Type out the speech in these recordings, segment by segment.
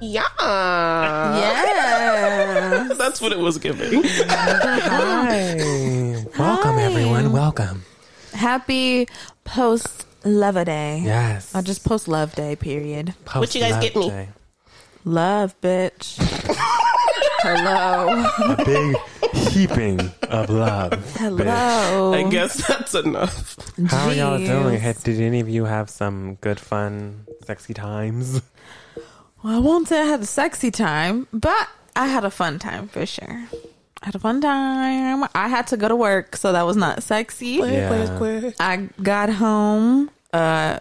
Yeah. Yeah. That's what it was giving. Hi. Welcome, Hi. everyone. Welcome. Happy post lover day. Yes. Or just post love day, period. What you guys get me? Post-love Love, bitch. Hello. day. A big heaping of love. bitch. Hello. I guess that's enough. How are y'all Jeez. doing? Had- Did any of you have some good, fun, sexy times? Well, I won't say I had a sexy time, but I had a fun time for sure. I had a fun time. I had to go to work, so that was not sexy. Yeah. I got home. Uh,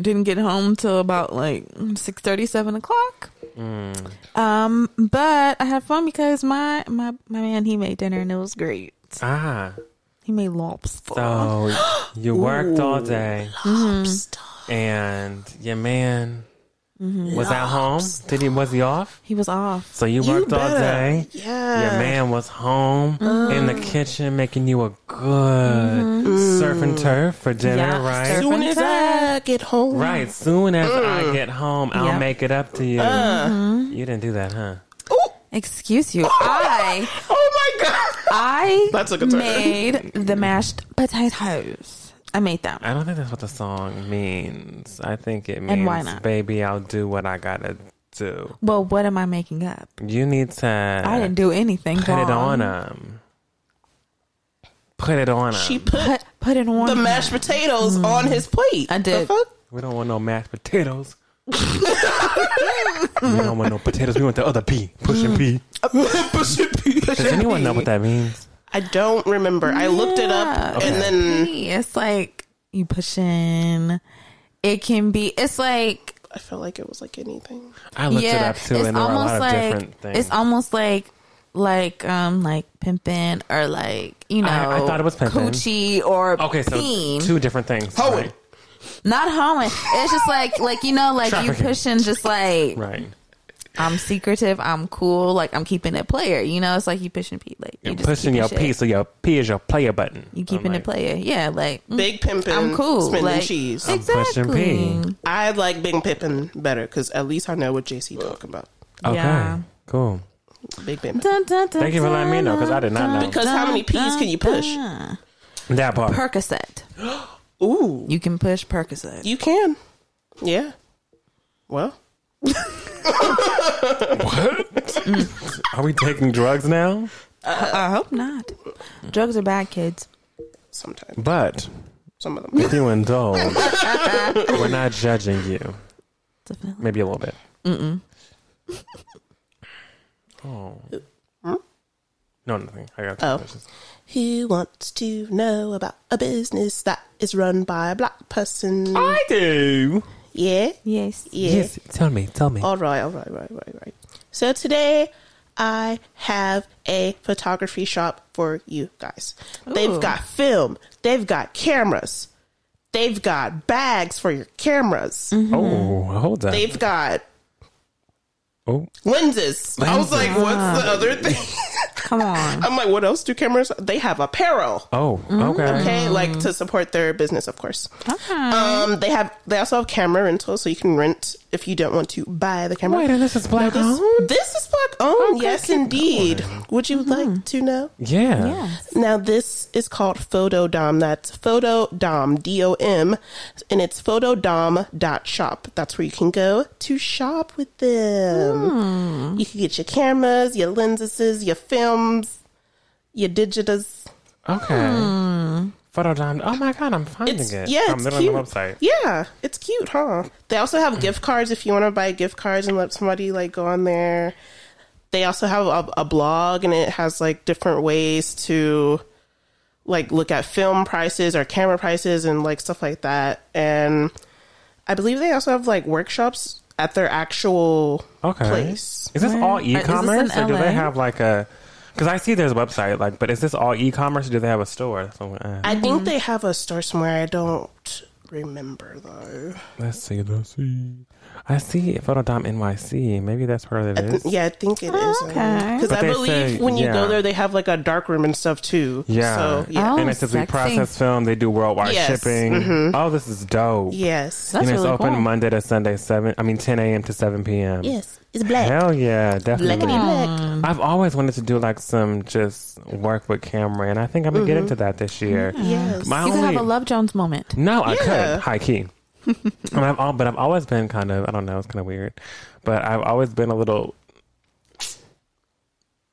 didn't get home till about like six thirty, seven o'clock. Mm. Um, but I had fun because my my my man he made dinner and it was great. Ah. He made lobster. So you worked all day, Mm. and your man was at home. Did he? Was he off? he was off. So you worked all day. Yeah. Uh. Your man was home in Oh. the kitchen making you a good Mm-hmm. surf and turf for dinner, Yeah, right? surf- Soon as I get home. Right. Soon as I get home, I'll Mm. Yep. Uh. make it up to you. You didn't do that, huh? Excuse you. I Oh my God. I That took a turn. made the mashed potatoes. I made them. I don't think that's what the song means. I think it means, And why not? baby, I'll do what I gotta do. Well, what am I making up? You need to. I didn't do anything. Uh, Put it wrong. on uh, him. Put it on him. She put Put put it on. Mm. the mashed potatoes on his plate. I did. The fuck? we don't want no mashed potatoes. we don't want no potatoes. We want the other P. Pushing P. Does anyone know what that means? I don't remember. I looked it up Yeah. and then Hey, it's like you pushing. It can be. It's like I felt like it was like anything. I looked yeah. it up too, it's and there were a almost lot of like different things. it's almost like like um like pimping or like you know I- I thought it was pimpin'. coochie or okay, so peen. two different things. Hoeing. Right. not hoeing. It's just like like you know like you Trafficking. pushing just like right. I'm secretive. I'm cool. Like I'm keeping it player. You know, it's like you pushing P. Like you You're just pushing keeping your shit. P, so your P is your player button. You keeping I'm it player. Yeah, like mm, Big pimpin'. I'm cool. Spending like cheese. Exactly. pushing P. I like Big Pimpin' better because at least I know what JC talking about. Okay, Yeah. cool. Big Pimpin'. Dun, dun, dun, Thank you for letting me know because I did not know Because how many P's can you push? that part. Percocet. Ooh, You can push Percocet. you can. Yeah. Well, Are we taking drugs now? I hope not. Drugs are bad, kids. sometimes But some of them. if you indulge, we're not judging you. Definitely. Maybe a little bit. Hmm? Oh. No, nothing. I got Oh. oh. Who wants to know about a business that is run by a black person? I do. Yeah. Yes. Yeah. Yes, tell me, tell me. All right, all right, right, right, right. So today I have a photography shop for you guys. Ooh. They've got film, they've got cameras, they've got bags for your cameras, Oh, hold up. they've got Oh, lenses. I was like, what's the other thing? Come on. I'm like, what else do cameras? They have apparel. oh, okay. Mm-hmm. Okay, like to support their business, of course. Um, they have they also have camera rental, so you can rent if you don't want to buy the camera. Wait, and this is black This, owned? this is black owned, Okay, yes, keep indeed. Would you like to know? Yeah. Yes. Now, this is called Photodom. That's Photodom, D O M, and it's photodom.shop. That's where you can go to shop with them. You can get your cameras, your lenses, your films, your digitas. Okay. Photo dime. Oh my god, I'm finding Hmm. It's, it. yeah, I'm it's literally cute. on the website. Yeah, it's cute, huh? They also have gift cards if you want to buy gift cards and let somebody like go on there. They also have a, a blog and it has like different ways to like look at film prices or camera prices and like stuff like that. And I believe they also have like workshops at their actual Okay. place. Is this Where- all is this in e-commerce, or do LA? they have like a? Because I see there's a website, like, but is this all e-commerce, or do they have a store? That's what I'm- uh, I think they have a store somewhere. I don't remember though. let's see. Let's see. I see photo dime NYC. Maybe that's where it is. Yeah, I think it is. Okay. Because But I they believe say- when you yeah. go there, they have like a dark room and stuff too. Yeah. So, yeah. Oh, and it says we sexy. process film. They do worldwide Yes. Mm-hmm. shipping. Oh, this is dope. Yes. That's and it's really open cool. Monday to Sunday, seven. I mean, ten a.m. to seven p.m. Yes. It's black. Hell yeah, Blackity definitely. black. I've always wanted to do like some just work with camera, and I think I'm gonna get into that this year. Yes. My Mm-hmm. You can have only a Love Jones moment. no, I Yeah. could high key. and I've all, but I've always been kind of I don't know, it's kind of weird, but I've always been a little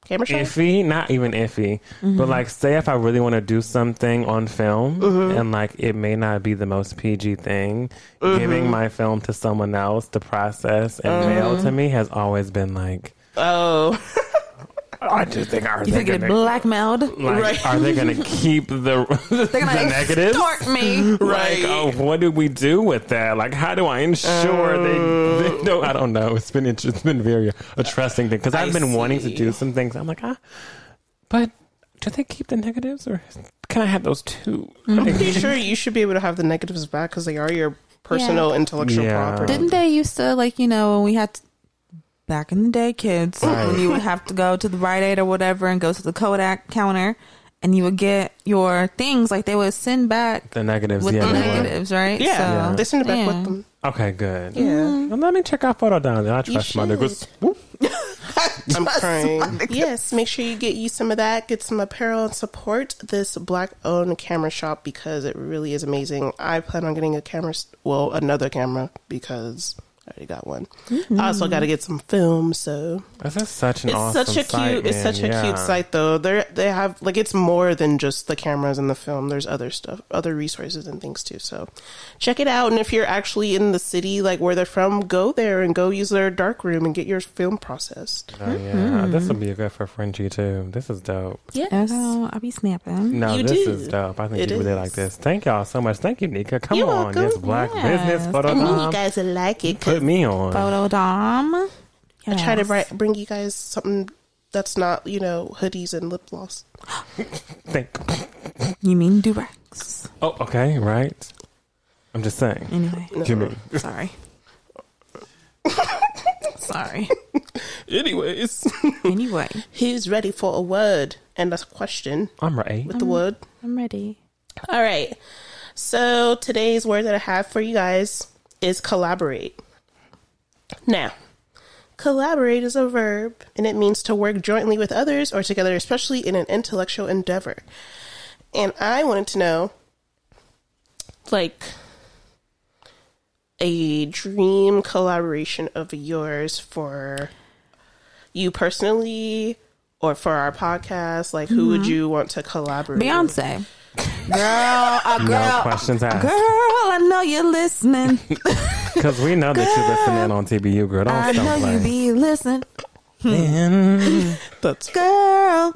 Camera shy? iffy, not even iffy, but Mm-hmm. like, say if I really want to do something on film Mm-hmm. and like it may not be the most PG thing, Mm-hmm. giving my film to someone else to process and mail Uh-huh. to me has always been like, Oh. I just think are You they think it gonna blackmailed? like, Right. are they gonna keep the They're the gonna negatives? extort me. Right. Like, oh, what do we do with that? Like, how do I ensure Um, they, they don't? I don't know. It's been inter- it's been very interesting thing because I I've been wanting to see. do some things. I'm like, ah, but do they keep the negatives or can I have those too? I'm pretty sure you should be able to have the negatives back because they are your personal intellectual Yeah. property. Didn't they used to like you know when we had to, back in the day, kids, Right. when you would have to go to the Rite Aid or whatever and go to the Kodak counter, and you would get your things like they would send back The negatives, with yeah. the they were. negatives, right? Yeah, Mm-hmm. So, they send it back yeah. with them. Okay, good. Yeah, Well, let me check out photo down. I trust my should. niggas. Whoop. I'm crying. Yes, make sure you get you some of that. Get some apparel and support this black-owned camera shop because it really is amazing. I plan on getting a camera, s- well, another camera because I already got one. I also got to get some film, so This is such Mm-hmm. an it's awesome such a cute, site, it's man. such a Yeah. cute site though. They they have like it's more than just the cameras and the film. There's other stuff, other resources and things too. So check it out. And if you're actually in the city, like where they're from, go there and go use their dark room and get your film processed. Oh, yeah, this would be good for Frenchie too. This is dope. And so I'll Oh, be snapping. No, You this do. is dope. I think It you really is. like this. Thank y'all so much. Thank you, Nika. Come You're on, welcome. this black Yes. business photo And bomb. guys will like it. Put me on. Photo dom. I try to Yes. bri- bring you guys something that's not you know hoodies and lip gloss. Thank. You mean Durex? Oh, okay, right. I'm just saying. Anyway, Jimmy. sorry. sorry. Anyways, Anyway, who's ready for a word and a question I'm right. with the word? I'm ready. All right. So today's word that I have for you guys is collaborate. Now, collaborate is a verb and it means to work jointly with others or together, especially in an intellectual endeavor. And I wanted to know like a dream collaboration of yours for you personally or for our podcast like who would you want to collaborate with? Beyonce. Girl, uh, girl, No questions girl, asked. I know you're listening. Because we know that you're listening on TBU, girl. Don't I know stop you playing. be listening. That's Girl.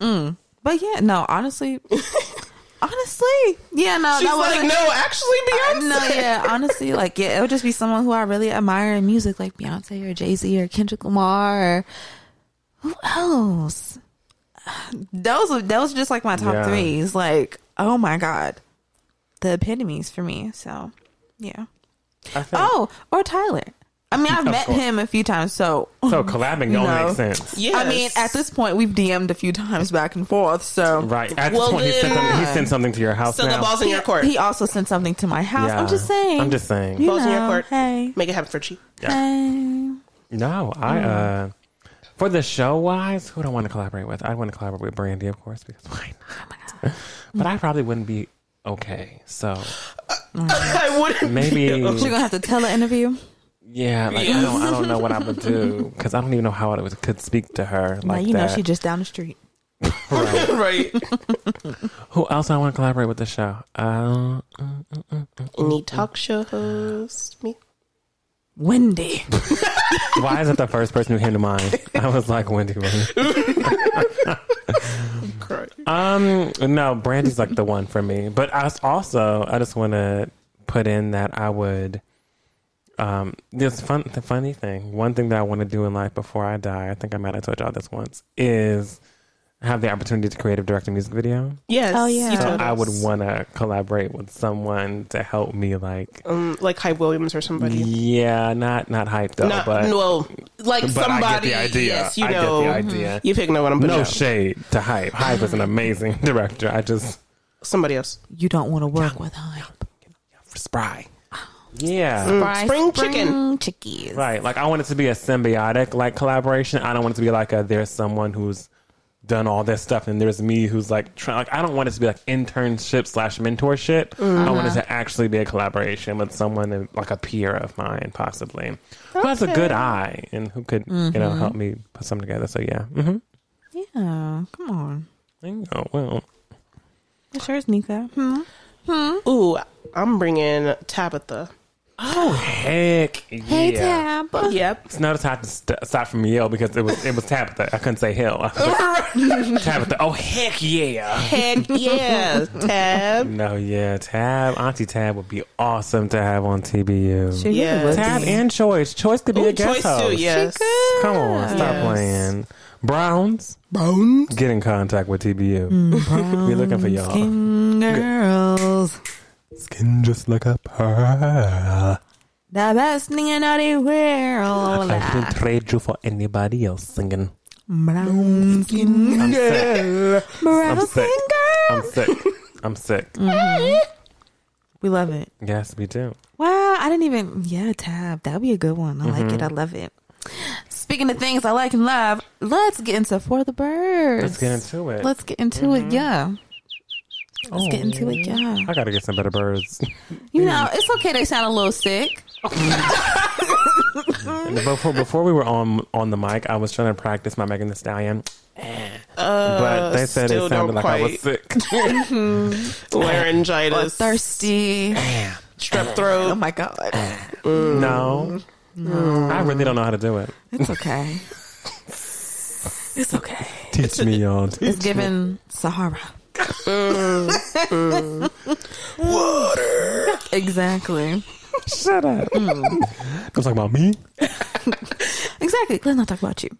mm. But yeah, no, honestly. honestly. Yeah, no, She's that was like, no, actually, Beyonce. No, yeah, honestly, like, yeah, it would just be someone who I really admire in music, like Beyonce or Jay Z or Kendrick Lamar or who else? Those are those are just like my top Yeah. threes. Like, oh my god, the epitomes for me. So, yeah. I think. Oh, or Tyler. I mean, I've met course. him a few times, so So collabing don't No. make sense. Yes. I mean, at this point, we've DM'd a few times back and forth. So Right. At Well, this point, he sent, then- something, he sent something to your house so the now. ball's in your court. he also sent something to my house. I'm just saying. I'm just saying. You Balls in your know, court. Hey, Make it happen for cheap. hey. No, I Mm. uh for the show wise, who do I want to collaborate with? I want to collaborate with Brandy, of course, because why not? Oh Mm. But I probably wouldn't be okay. So I wouldn't. maybe She's gonna have to tell an interview. yeah, like I don't I don't know what I would do because I don't even know how I would, could speak to her like Now you know that. she just down the street. Right. right. Who else I want to collaborate with the show? Uh, Any talk show host? Me? Wendy. why is it the first person who came to mind? I was like Wendy. Williams. Cry. Um, no, Brandy's like the one for me. But I s- also, I just want to put in that I would. Um, this fun, the funny thing, one thing that I want to do in life before I die, I think I might have told y'all this once, is have the opportunity to creative direct a music video. Yes. Oh, yeah. you So told I would us. want to collaborate with someone to help me, like, Um, like Hype Williams or somebody. yeah, not not hyped though, Not, but well, like but somebody. I get the idea. Yes, you I get know. the idea. You pick no one. I'm putting No out. shade to hype. Hype is an amazing director. I just Somebody else. You don't want to work with hype. spry. Yeah. Fry spring chicken. chickies. Right. Like I want it to be a symbiotic like collaboration. I don't want it to be like a there's someone who's done all this stuff and there's me who's like trying like I don't want it to be like internship slash mentorship. I Mm-hmm. want it to actually be a collaboration with someone that- like a peer of mine possibly. Who has a good eye and who could, you Mm-hmm. know, help me put something together. So yeah. Mm-hmm. Yeah, come on. Oh well. It sure is Nika. Hmm. Ooh, I'm bringing Tabitha. Oh heck. Hey, yeah. Tab. Yep. It's notice I had to st- stop from Yale because it was it was Tabitha. I couldn't say Hill. Tabitha. Oh heck yeah! Heck yeah, Tab. No, yeah, Tab, Auntie Tab would be awesome to have on TBU. She really Yeah. would Tab be. and Choice. Choice could be Ooh, a guest choice host. too. Yes. Come on, stop Yes. playing. Browns, Browns, get in contact with TBU. Mm, We're looking for y'all. Skin girls. Skin just like a pearl. The best thing in the world. I couldn't trade you for anybody else singing. Brown skin. I'm sick. Brown I'm skin sick. girl. I'm sick. I'm sick. Mm. We love it. Yes, we do. Wow, I didn't even. Yeah, Tab. That would be a good one. I like Mm-hmm. it. I love it. Speaking of things I like and love, let's get into For the Birds. Let's get into it. Let's get into Mm-hmm. it, yeah. Let's get into it, yeah. Oh. I gotta get some better birds. You know, it's okay they sound a little sick. And before before we were on on the mic, I was trying to practice my Megan Thee Stallion, but they said it still sounded don't like I was quite. sick. Or Laryngitis, thirsty. strep Oh throat. my god. no, I really don't know how to do it. It's okay. It's okay. Teach me, y'all. It's given Sahara. Water. Exactly. Shut up. Don't talk about me. Exactly. Let's not talk about you.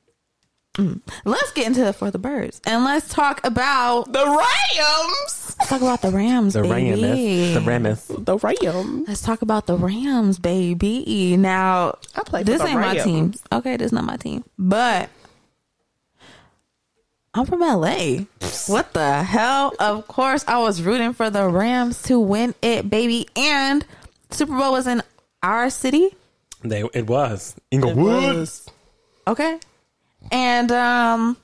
Mm. Let's get into For the Birds and let's talk about The Rams. let's talk about the Rams, The baby. Ramus. The Ramus. The Rams. Let's talk about the Rams, baby. Now, I play for this the ain't my Rams. team. Okay, this is not my team, but I'm from LA. What the hell? Of course, I was rooting for the Rams to win it, baby. And Super Bowl was in our city. They. It was Inglewood. Okay, and um,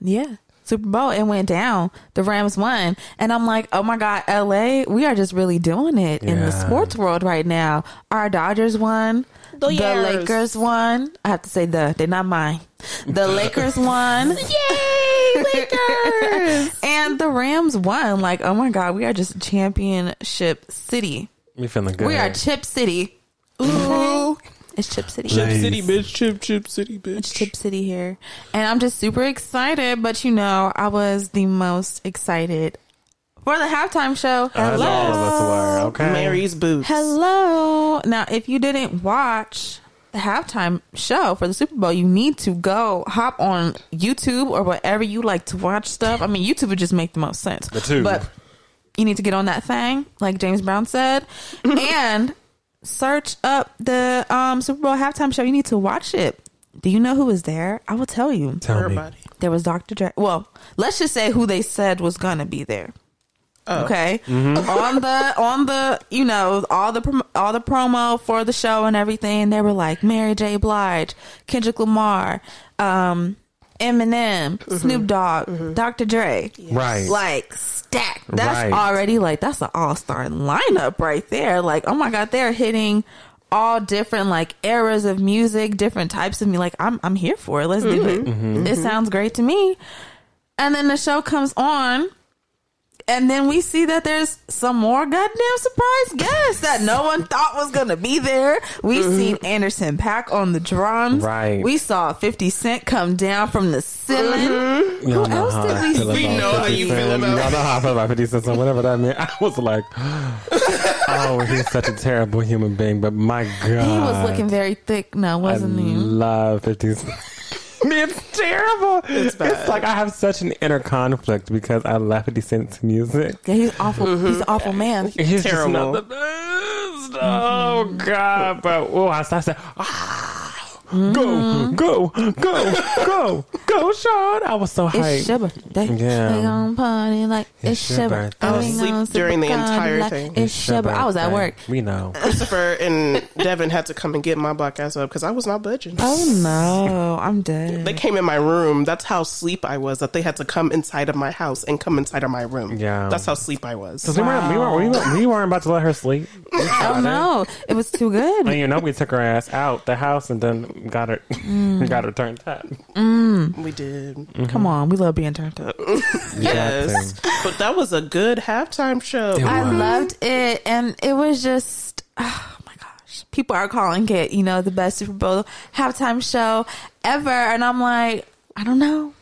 yeah. Super Bowl it went down. The Rams won, and I'm like, oh my god, LA, we are just really doing it in the Yeah. sports world right now. Our Dodgers won. The The Yers. Lakers won. I have to say the. They're not mine. The Lakers won. Yay, Lakers! and the Rams won. Like, oh my God, we are just championship city. We feeling good. We are Chip City. Ooh, it's Chip City. Chip City bitch, chip chip city It's bitch. Chip City here, and I'm just super excited. But you know, I was the most excited for the halftime show. As all of us were. Okay. Mary's boots. Hello. Now, if you didn't watch the halftime show for the Super Bowl, you need to go hop on YouTube or whatever you like to watch stuff. I mean, YouTube would just make the most sense. The tube. But you need to get on that thing, like James Brown said, and search up the um, Super Bowl halftime show. You need to watch it. Do you know who was there? I will tell you. Tell me. Everybody. There was Dr. Dre. Well, let's just say who they said was gonna be there. Okay, on the on the you know all the prom- all the promo for the show and everything, they were like Mary J. Blige, Kendrick Lamar, um, Eminem, Snoop Dogg, Dr. Dre, Right. like stacked. That's Right. already like that's an all star lineup right there. Like oh my god, they're hitting all different like eras of music, different types of me. Like I'm I'm here for it. Let's do it. Mm-hmm. It sounds great to me. And then the show comes on. And then we see that there's some more goddamn surprise guests that no one thought was gonna be there. We seen Anderson Pack on the drums. Mm-hmm. Right. We saw 50 Cent come down from the ceiling. Mm-hmm. Who else did we see? We know how you feel about- Y'all know how I feel about 50 Cent, so whatever that meant. I was like, oh, he's such a terrible human being, but my God. He He was looking very thick. No, I wasn't he? love 50 Cent. it's terrible. It's, like I have such an inner conflict because I love 50 Cent's music. Yeah, he's awful. He's an awful man. He's Terrible. just not the best. Oh, God. But, oh, I, I said, ah. Mm-hmm. go, go, go, go, go, Sean. I was so It's hyped. your birthday. Yeah. We gon' party like it's, It's your your birthday. birthday. I was We asleep gon' sip during the Bacardi entire like thing. It's your birthday. I was at work. We know. Christopher and Devin had to come and get my black ass up because I was not budging. Oh no, I'm dead. They came in my room. That's how sleep I was. That they had to come inside of my house and come inside of my room. Yeah. that's how sleep I was. 'Cause we, weren't, we, weren't, we, weren't, we weren't about to let her sleep. We tried Oh it. no, it was too good. And you know, we took her ass out the house and then got her, Mm. got her turned up. We did. Come on, we love being turned up. Yes, Exactly. but that was a good halftime show. It I was. loved it, and it was just oh my gosh. People are calling it, you know, the best Super Bowl halftime show ever, and I'm like, I don't know.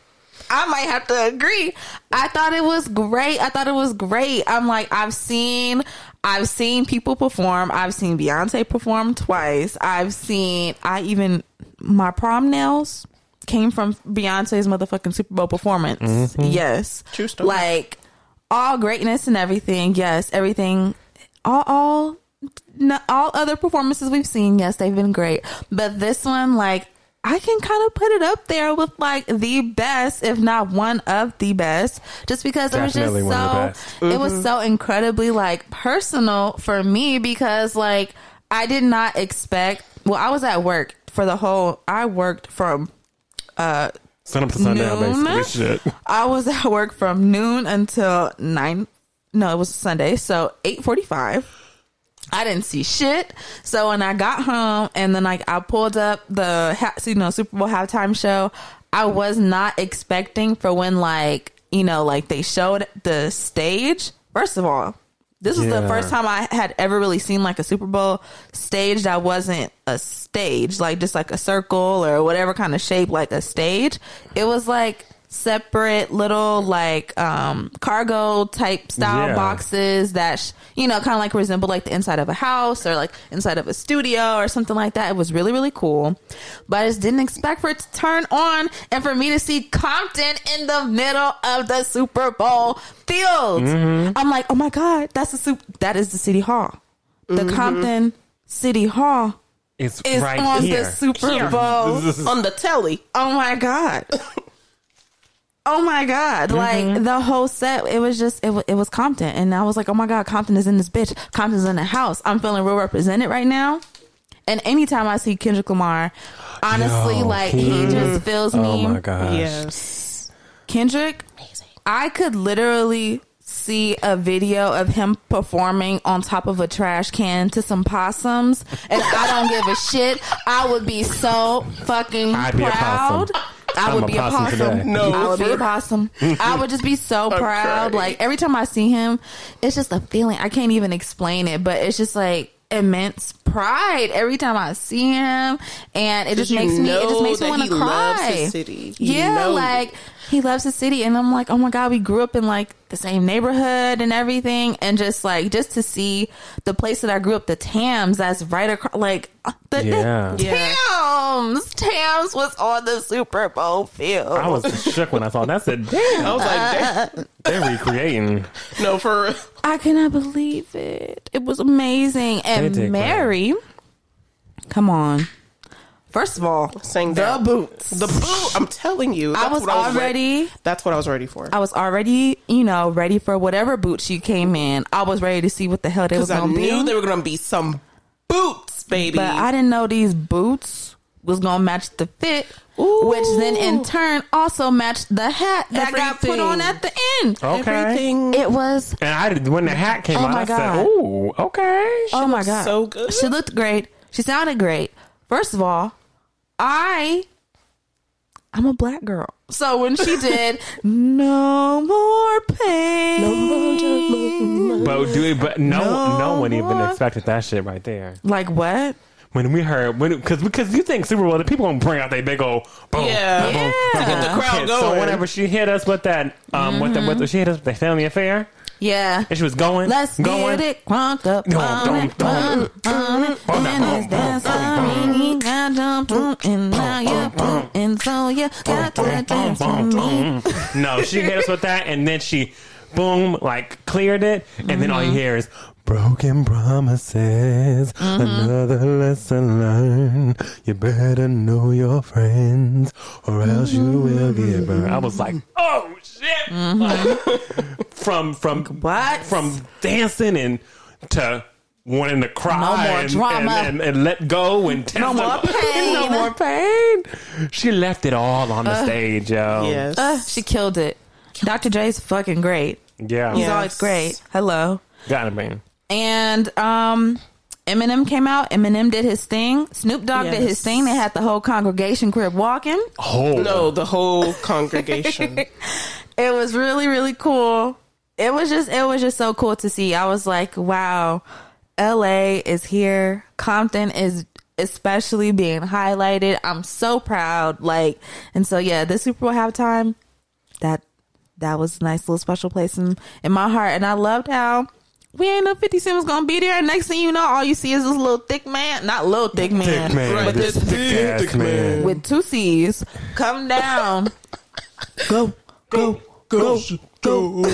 I might have to agree. I thought it was great. I thought it was great. I'm like, I've seen, I've seen people perform. I've seen Beyonce perform twice. I've seen, I even my prom nails came from Beyonce's motherfucking Super Bowl performance. Mm-hmm. Yes, True story. Like all greatness and everything. Yes, everything. All, all, no, all other performances we've seen. Yes, they've been great, but this one, like. I can kind of put it up there with like the best, if not one of the best, just because Definitely it was one of the just best. so it was so incredibly like personal for me because like I did not expect. Well, I was at work for the whole. I worked from Sun up to sundown, Noon? basically. Shit. I was at work from noon until nine. No, it was Sunday, so eight forty-five. I didn't see shit. So when I got home and then like I pulled up the ha- you know Super Bowl halftime show, I was not expecting for when like you know like they showed the stage. First of all, this was Yeah. the first time I had ever really seen like a Super Bowl stage that wasn't a stage, like just like a circle or whatever kind of shape, like a stage. It was like separate little like um cargo type style Yeah. boxes that sh- you know kind of like resemble like the inside of a house or like inside of a studio or something like that it was really really cool but i just didn't expect for it to turn on and for me to see compton in the middle of the super bowl field Mm-hmm. i'm like oh my god that's the soup that is the city hall the compton city hall It's, is Mm-hmm. right on here. the super bowl on the telly. Oh my god. Oh my god! Mm-hmm. Like the whole set, it was just it, wa- it was Compton, and I was like, oh my god, Compton is in this bitch. Compton's in the house. I'm feeling real represented right now. And anytime I see Kendrick Lamar, honestly, Yo, like he, he- just fills me. Oh my gosh. Yes, Kendrick, I could literally see a video of him performing on top of a trash can to some possums, and I don't give a shit. I would be so fucking I'd be a proud. possum. I I'm would a be a possum possum. today. No, I would be for- a possum. I would just be so I'm proud. crying. Like every time I see him, it's just a feeling. I can't even explain it, but it's just like immense pride every time I see him, and it just You makes me. It just know makes me that want he to loves cry. his city. You Yeah, know like he loves the city, and I'm like, oh my god, we grew up in like the same neighborhood and everything, and just like just to see the place that I grew up, the Tams, that's right across, like uh, the Yeah. Yeah. Tams, Tams was on the Super Bowl field. I was shook when I saw that. I said, uh, damn, I was like, they're recreating. damn. no, for I cannot believe it. It was amazing. They And did great. Mary, come on. First of all, saying the that boots. the boo. I'm telling you, I that's was what I was ready. already. That's what I was ready for. I was already, you know, ready for whatever boots you came in. I was ready to see what the hell they was Because I gonna knew be. there were gonna be some boots, baby. but I didn't know these boots was gonna match the fit, which then in turn also matched the hat that got put Everything. on at the end. Okay. Everything It was And I did, when the hat came Oh out, my I God. said, ooh, okay. oh my looked god, so good. She looked great. She sounded great. First of all, I I'm a black girl, so when she did no more pain, But, dude, but no, no, No one even more. expected that shit right there. like what? When we heard, because because you think Super Bowl, the people gonna bring out their big old boom, Uh-huh. Yeah. boom, boom, Yeah. Get the crowd hit. So going. whenever she hit us with that, um, with the, with the, she hit us with the family affair, Yeah. and she was going, Let's going, get it crunked up. No, on don't, it, don't. on it, on it. And it's dancing. You got to boom, and now you're boom, and so you got to dance for me. No, she hit us with that, and then she, boom, like cleared it, and then all you hear is. boom, Broken promises, Mm-hmm. another lesson learned. You better know your friends, or else you Mm-hmm. will get burned. I was like, oh shit! Like, from from Mm-hmm. What? from dancing and to wanting to cry No more and, drama. and, and, and let go and No more pain. Uh, no more pain. She left it all on the stage, yo. Yes. Ugh, Uh, she killed it. Dr. J's fucking great. Yeah, He's Yeah. always Yes. great. Hello. gotta be. And um Eminem came out. Eminem did his thing. Snoop Dogg did his Yes. thing. They had the whole congregation crib walking. Oh no, the whole congregation. It was really really cool. It was just it was just so cool to see. I was like, wow, LA is here. Compton is especially being highlighted. I'm so proud. Like, and so yeah, this Super Bowl halftime that that was a nice little special place in, in my heart. And I loved how we ain't know 50 Cent was gonna be there. And next thing you know, all you see is this little thick man, not little thick man, thick man, Right, this this thick ass thick man. with two C's come down. go, go, Go, go,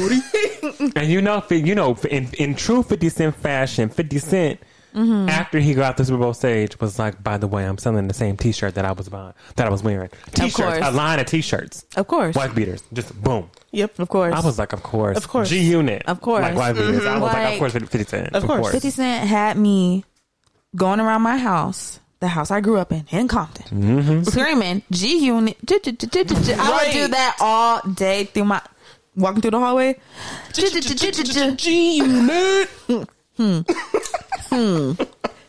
and you know, fi- you know, in, in true Fifty Cent fashion, Fifty Cent, Mm-hmm. after he got off the Super Bowl stage, was like, "By the way, I'm selling the same T-shirt that I was buying, that I was wearing. T-shirts, course. a line of T-shirts, Of course. wife beaters, just boom." yep. Of course. I was like, of course, Of course. G Unit, Of course. like wife beaters. I was like, Like- of course, Fifty Cent, Of course. 50 Cent had me going around my house, the house I grew up in, in Compton, Mm-hmm. screaming G Unit. I would Right. do that all day through my walking through the hallway. G unit.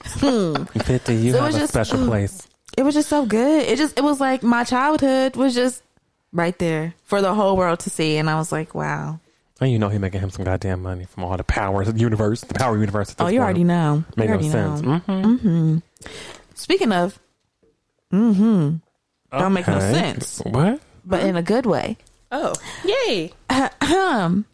Fifty, you So it have was a just- special place. It was just so good. It just it was like my childhood was just right there for the whole world to see, and I was like, wow. Oh, And you know he making him some goddamn money from all the powers of the universe, the power universe. at Oh, this you point. already know. You Make no already sense. Mm-hmm. know. Speaking of, mm-hmm. Don't make no Okay. sense. What? but in a good way. Oh, yay! Ahem.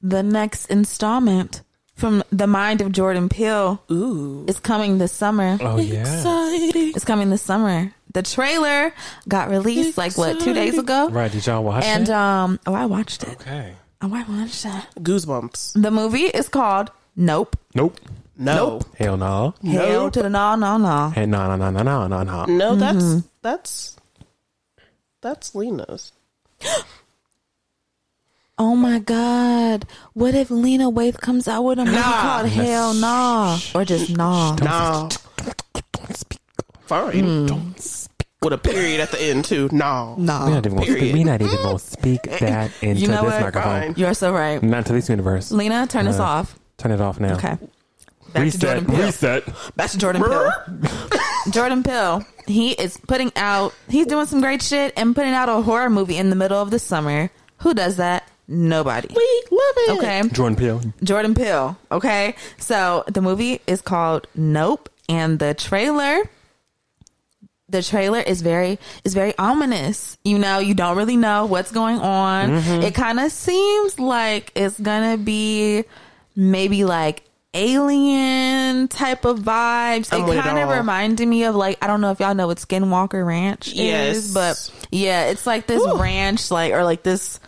the next installment from the mind of Jordan Peele Ooh, is coming this summer. Oh yeah. exciting. It's coming this summer. The trailer got released like what two days ago, Right? Did y'all watch and it? um, oh, I watched it. okay. Oh, I watched it. Goosebumps. The movie is called Nope. Nope. No, Hell no. Hail Nope. to the no, no, no. Hey, no, no, no, no, no, no, no. no. That's that's that's Lena's. Oh my God! What if Lena Waithe comes out with a movie Nah. called Hell Nah or just Nah? No, fine. Don't speak. With a period at the end too. No, We're Nah. not even gonna speak. Period. We're not even gonna speak that into know this what? microphone. Fine. You're so right. Not to this universe. Lena, turn us Uh, off. Turn it off now. Okay. Back to Reset. Jordan Peele. Reset. Back to Jordan Peele. Jordan Peele. He is putting out. He's doing some great shit and putting out a horror movie in the middle of the summer. Who does that? Nobody. we love it. Okay. Jordan Peele. Jordan Peele. Okay. So the movie is called Nope, and the trailer. The trailer is very is very ominous. You know, you don't really know what's going on. Mm-hmm. It kind of seems like it's gonna be maybe like alien type of vibes. I'm with it it kind of all. reminded me of like I don't know if y'all know what Skinwalker Ranch is, Yes. but yeah, it's like this ranch, like or like this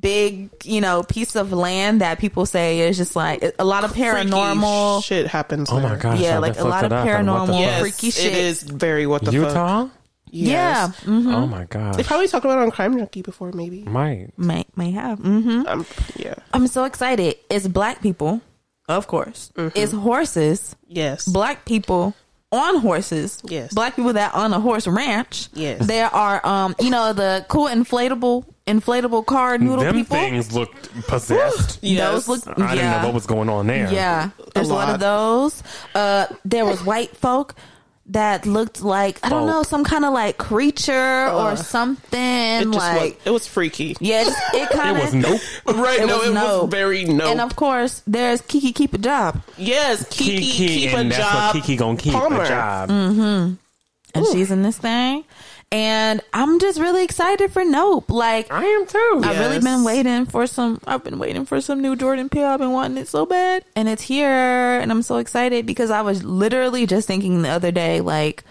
big, you know, piece of land that people say is just like a lot of Freaky paranormal. shit happens. Oh my there. gosh. Yeah, I like just a looked lot it of up and what the paranormal- Yes, Freaky shit. It is very what the fuck? fuck. Utah. Yeah, Yes. mm, Oh my gosh. They probably talked about it on Crime Junkie before, maybe. Might. might might have. hmm Um, yeah. I'm so excited. It's black people, of course. It's Mm-hmm. horses, Yes. black people on horses. Yes. black people that on a horse ranch. Yes. there are um, you know, the cool inflatable inflatable car noodle Them people. things looked possessed. Yes. Those look. I didn't yeah. know what was going on there. Yeah, there's a lot, lot. of those. Uh, there was white folk that looked like I don't know Folk. some kind of like creature or Ugh. something. It just like was, it was freaky. yeah, it, just- it It kind of. was nope. Right? It no, was it no. was very no. and of course, there's Kiki Keep a Job, yes, Kiki, Kiki, keep and a that's job. what Kiki gonna keep Palmer. a job. Mm. and she's in this thing, and I'm just really excited for Nope. Like I am too. I've really Yes. been waiting for some. I've been waiting for some new Jordan Peele. I've been wanting it so bad, and it's here, and I'm so excited because I was literally just thinking the other day, like,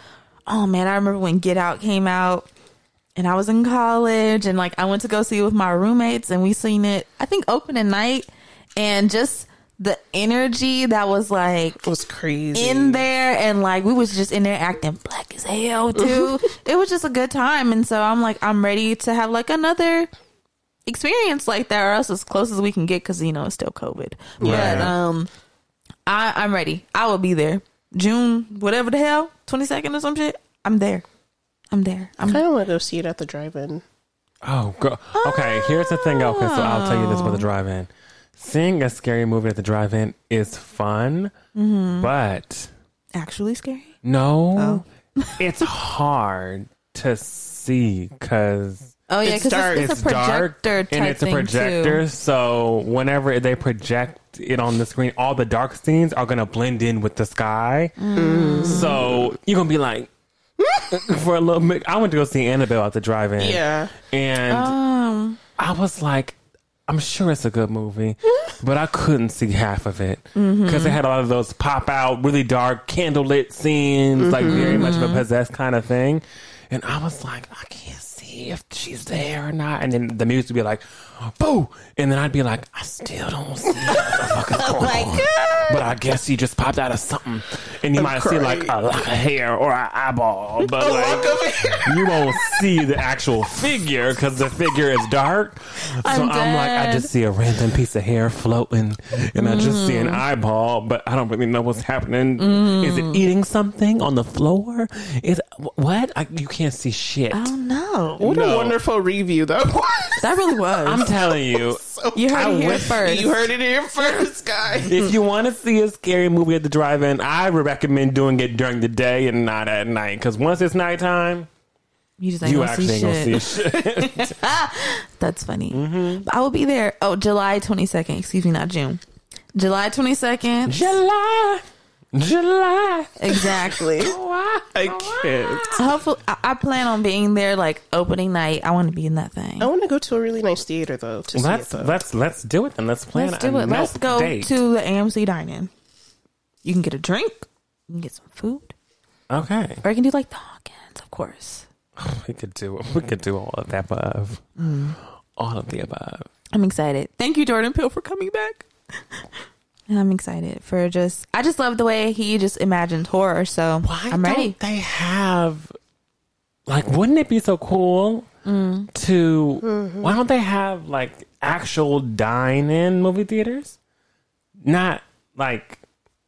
oh man, I remember when Get Out came out, and I was in college, and like I went to go see it with my roommates, and we seen it. I think opening night, and just the energy that was like It was crazy. in there and like we was just in there acting black as hell too. it was just a good time and so I'm like I'm ready to have like another experience like that or else as close as we can get cuz you know it's still covid. But Yeah. um I I'm ready. I will be there. June whatever the hell, 22nd or some shit. I'm there. I'm there. I'm I kind of want to go see it at the drive-in. Oh, girl. Okay, here's the thing. Okay, so I'll tell you this Oh. about the drive in. Seeing a scary movie at the drive in is fun, Mm-hmm. but actually scary. no, Oh. it's hard to see because Oh yeah, It's cuz dark. it's, it's, it's a projector type dark and it's a thing, projector. Too. So whenever they project it on the screen, all the dark scenes are gonna blend in with the sky. Mm. So you're gonna be like, for a little bit. I went to go see Annabelle at the drive-in. Yeah. and Um I was like. I'm sure it's a good movie, but I couldn't see half of it because they had a lot of those pop out, really dark, candlelit scenes, like very much of a possessed kind of thing. And I was like, I can't see if she's there or not. And then the music would be like, boo. And then I'd be like, I still don't see what the fuck is going on. But I guess he just popped out of something. And you might see like a lock of hair or an eyeball. But like, you won't see the actual figure because the figure is dark. So I'm, I'm like, I dead. just see a random piece of hair floating, and I just see an eyeball, but I don't really know what's happening. Is it eating something on the floor? Is what? I, you can't see shit. I don't know. What No. a wonderful review that was. That really was. I'm telling you, you heard I it here wish- first. You heard it here first, guys. if you want to see a scary movie at the drive-in, I would recommend doing it during the day and not at night. Because once it's nighttime, You just ain't you gonna actually see ain't shit. gonna see shit. That's funny. Mm-hmm. But I will be there. Oh, July 22nd. Excuse me, not June. July 22nd. July, July. exactly. I can't. Hopefully, I, I plan on being there like opening night. I want to be in that thing. Oh, I want to go to a really nice theater though. To Let's see it, though. let's let's do it then. Let's plan. Let's do a it. Let's nice go date. to the AMC dining. You can get a drink. You can get some food. Okay, Or you can do like the Hawkins, of course. we could do we could do all of the above. Hmm. All of the above. I'm excited. Thank you, Jordan Peele, for coming back. And I'm excited for just. I just love the way he just imagined horror. So I'm ready. they have? Like, wouldn't it be so cool Mm. to? Mm-hmm. Why don't they have like actual dine-in movie theaters? Not like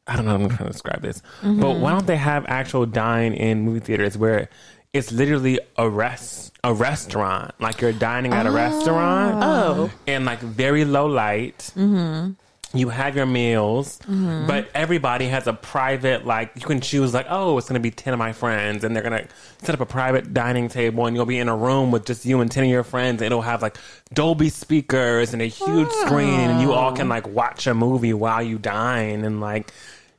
I don't know. how I'm trying to describe this, but Mm-hmm. why don't they have actual dine-in movie theaters where it's literally a rest a restaurant, like you're dining at a restaurant. Oh. and like very low light. Mm-hmm. You have your meals, but everybody has a private like you can choose like oh it's gonna be ten of my friends and they're gonna set up a private dining table and you'll be in a room with just you and ten of your friends and it'll have like Dolby speakers and a huge screen and you all can like watch a movie while you dine and like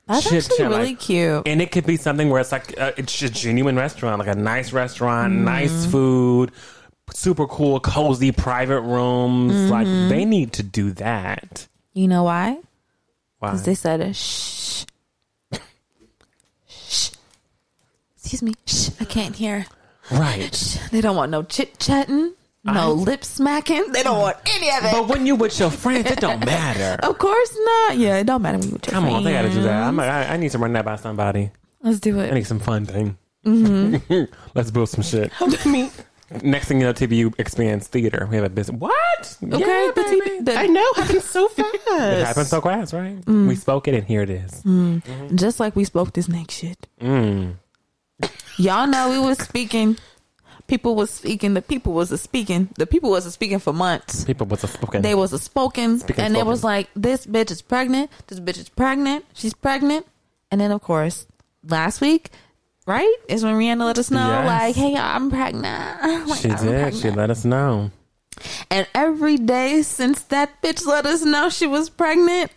That's actually chit-chat, really like- cute. and it could be something where it's like uh, it's a genuine restaurant, like a nice restaurant, Mm. nice food, super cool, cozy private rooms. Mm-hmm. Like they need to do that. You know why? Wow. Because they said, shh. shh. Excuse me. Shh. I can't hear. right. Shh. They don't want no chit chatting, no lip smacking. They don't want any of it. But when you with your friends, it don't matter. Of course not. Yeah, it don't matter when you with your Come on, they gotta do that. friends. I'm, I, I need to run that by somebody. Let's do I it. need some fun thing. Mm-hmm. Let's build some shit. Next thing you know, TBU expands theater. We have a business. What? Okay, Yeah, but baby. see, the- I know. Happened so fast. It happened so fast, right? Mm. We spoke it, and here it is. just like we spoke this next shit. Mm. Y'all know we was speaking. People was speaking. The people was a speaking. The people was a speaking for months. People was a spoken. They was a spoken, Speaking and it was spoken. like this bitch is pregnant. This bitch is pregnant. She's pregnant, and then of course last week, right, is when Rihanna let us know, Yes. like, "Hey, y'all, I'm pregnant." Like, she I'm did. pregnant. She let us know. and every day since that bitch let us know she was pregnant,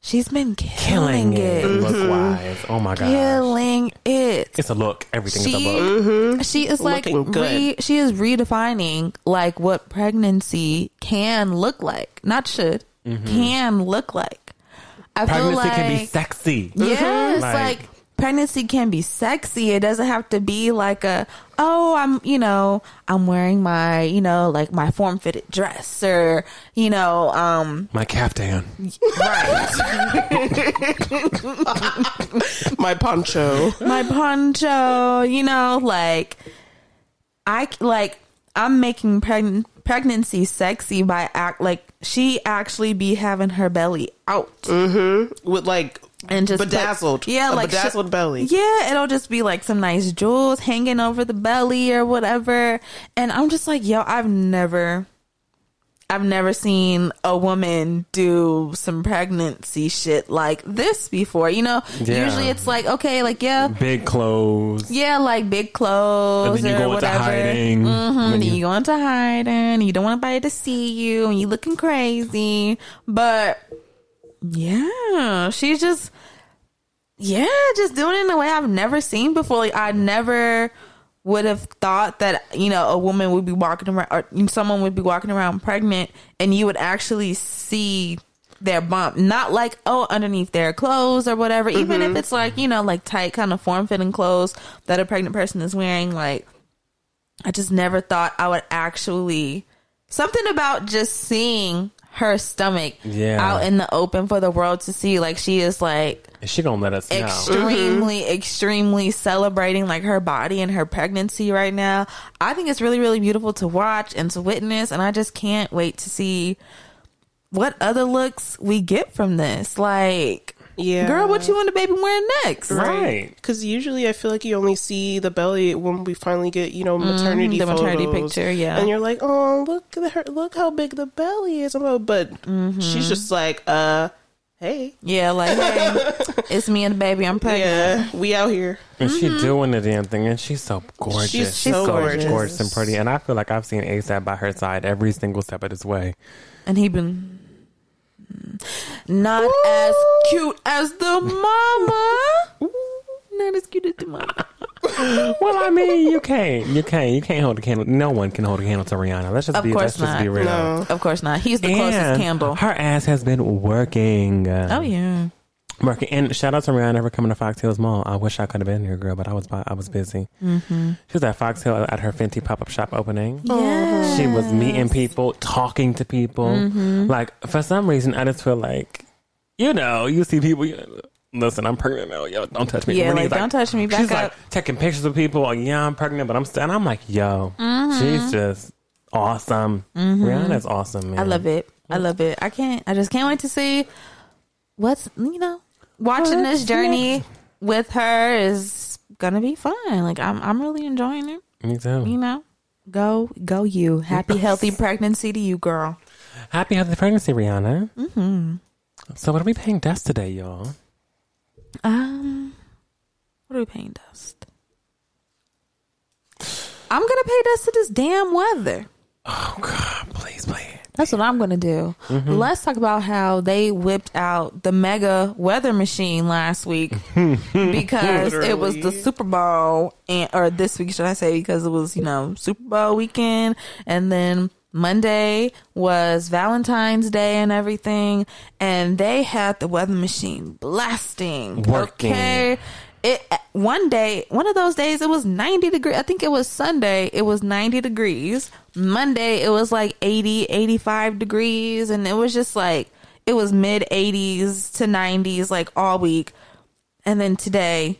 she's been killing, killing it, it, Mm-hmm. look wise. Oh my gosh. killing it. It's a look. Everything She is a look. she is like Looking good. re, she is redefining like what pregnancy can look like, not should Mm-hmm. can look like. I feel Pregnancy like can be sexy. Mm-hmm. yes, Like, like, pregnancy can be sexy. It doesn't have to be like a oh, I'm you know I'm wearing my you know like my form fitted dress or you know um My caftan. My poncho. my poncho, you know, like I c- like I'm making preg- pregnancy sexy by act like she actually be having her belly out with like and just put- Mm. bedazzled. yeah, A like she- bedazzled belly. Yeah, it'll just be like some nice jewels hanging over the belly or whatever. And I'm just like, yo, I've never I've never seen a woman do some pregnancy shit like this before. You know, Yeah. usually it's like, okay, like yeah, Big clothes. yeah, like big clothes and then you or go into whatever. hiding. Mhm, When Then you- you go into hiding. You don't want anybody to see you, and you looking crazy. But yeah, she's just yeah, just doing it in a way I've never seen before. Like I never would have thought that you know a woman would be walking around, or someone would be walking around pregnant, and you would actually see their bump. Not like oh underneath their clothes or whatever. Even if it's like you know like tight kind of form fitting clothes that a pregnant person is wearing, like. I just never thought I would actually something about just seeing her stomach Yeah. out in the open for the world to see. Like she is like She gonna let us know. extremely, extremely celebrating like her body and her pregnancy right now. I think it's really, really beautiful to watch and to witness, and I just can't wait to see what other looks we get from this. Like, Yeah. girl, what you want the baby wearing next? Right. Because usually I feel like you only see the belly when we finally get you know maternity Mm, the maternity photos. picture, yeah. and you're like, oh look at her, look how big the belly is. I'm like, But Mm-hmm. she's just like, uh, hey, Yeah, like hey, it's me and the baby. I'm pregnant. yeah, we out here. And she Mm-hmm. doing the damn thing, and she's so gorgeous. She's so gorgeous. gorgeous and pretty. And I feel like I've seen ASAP by her side every single step of this way. and he been not as cute as the mama. Not as cute as the mama. Well, I mean, you can't, you can't, you can't hold a candle. No one can hold a candle to Rihanna. Let's just Of be, course let's just be not. real. No. Of course not. He's the closest And candle. Her ass has been working. Oh yeah. working. And shout out to Rihanna for coming to Fox Hills Mall. I wish I could have been here, girl, but I was bu- I was busy. Mm-hmm. She was at Fox Hill at her Fenty pop up shop opening. Yeah. She was meeting people, talking to people. Mm-hmm. Like for some reason, I just feel like, you know, you see people. You, Listen, I'm pregnant now. Yo, don't touch me. Yeah, Renee, like, don't touch me. Back she's up. like taking pictures of people. Like, yeah, I'm pregnant, but I'm still. And I'm like, yo, she's just awesome. Rihanna's awesome. Man. Mm-hmm. I love it. I love it. I can't. I just can't wait to see what's you know watching this journey with her is gonna be fun. Like I'm. I'm really enjoying it. Me You too. know. Go, go, you. Happy, healthy pregnancy to you, girl. Happy healthy pregnancy, Rihanna. Mm-hmm. Oh, So, what are we paying dust today, y'all? Um, what are we paying dust? I'm gonna pay dust to this damn weather. Oh God, please play it. That's what I'm gonna do. Let's talk about how they whipped out the mega weather machine last week because it was the Super Bowl and or this week should I say because it was you know Super Bowl weekend and then Monday was Valentine's Day and everything and they had the weather machine blasting Working. Okay, it one day one of those days it was 90 degrees i think it was sunday it was 90 degrees monday it was like 80 85 degrees and it was just like it was mid 80s to 90s like all week and then today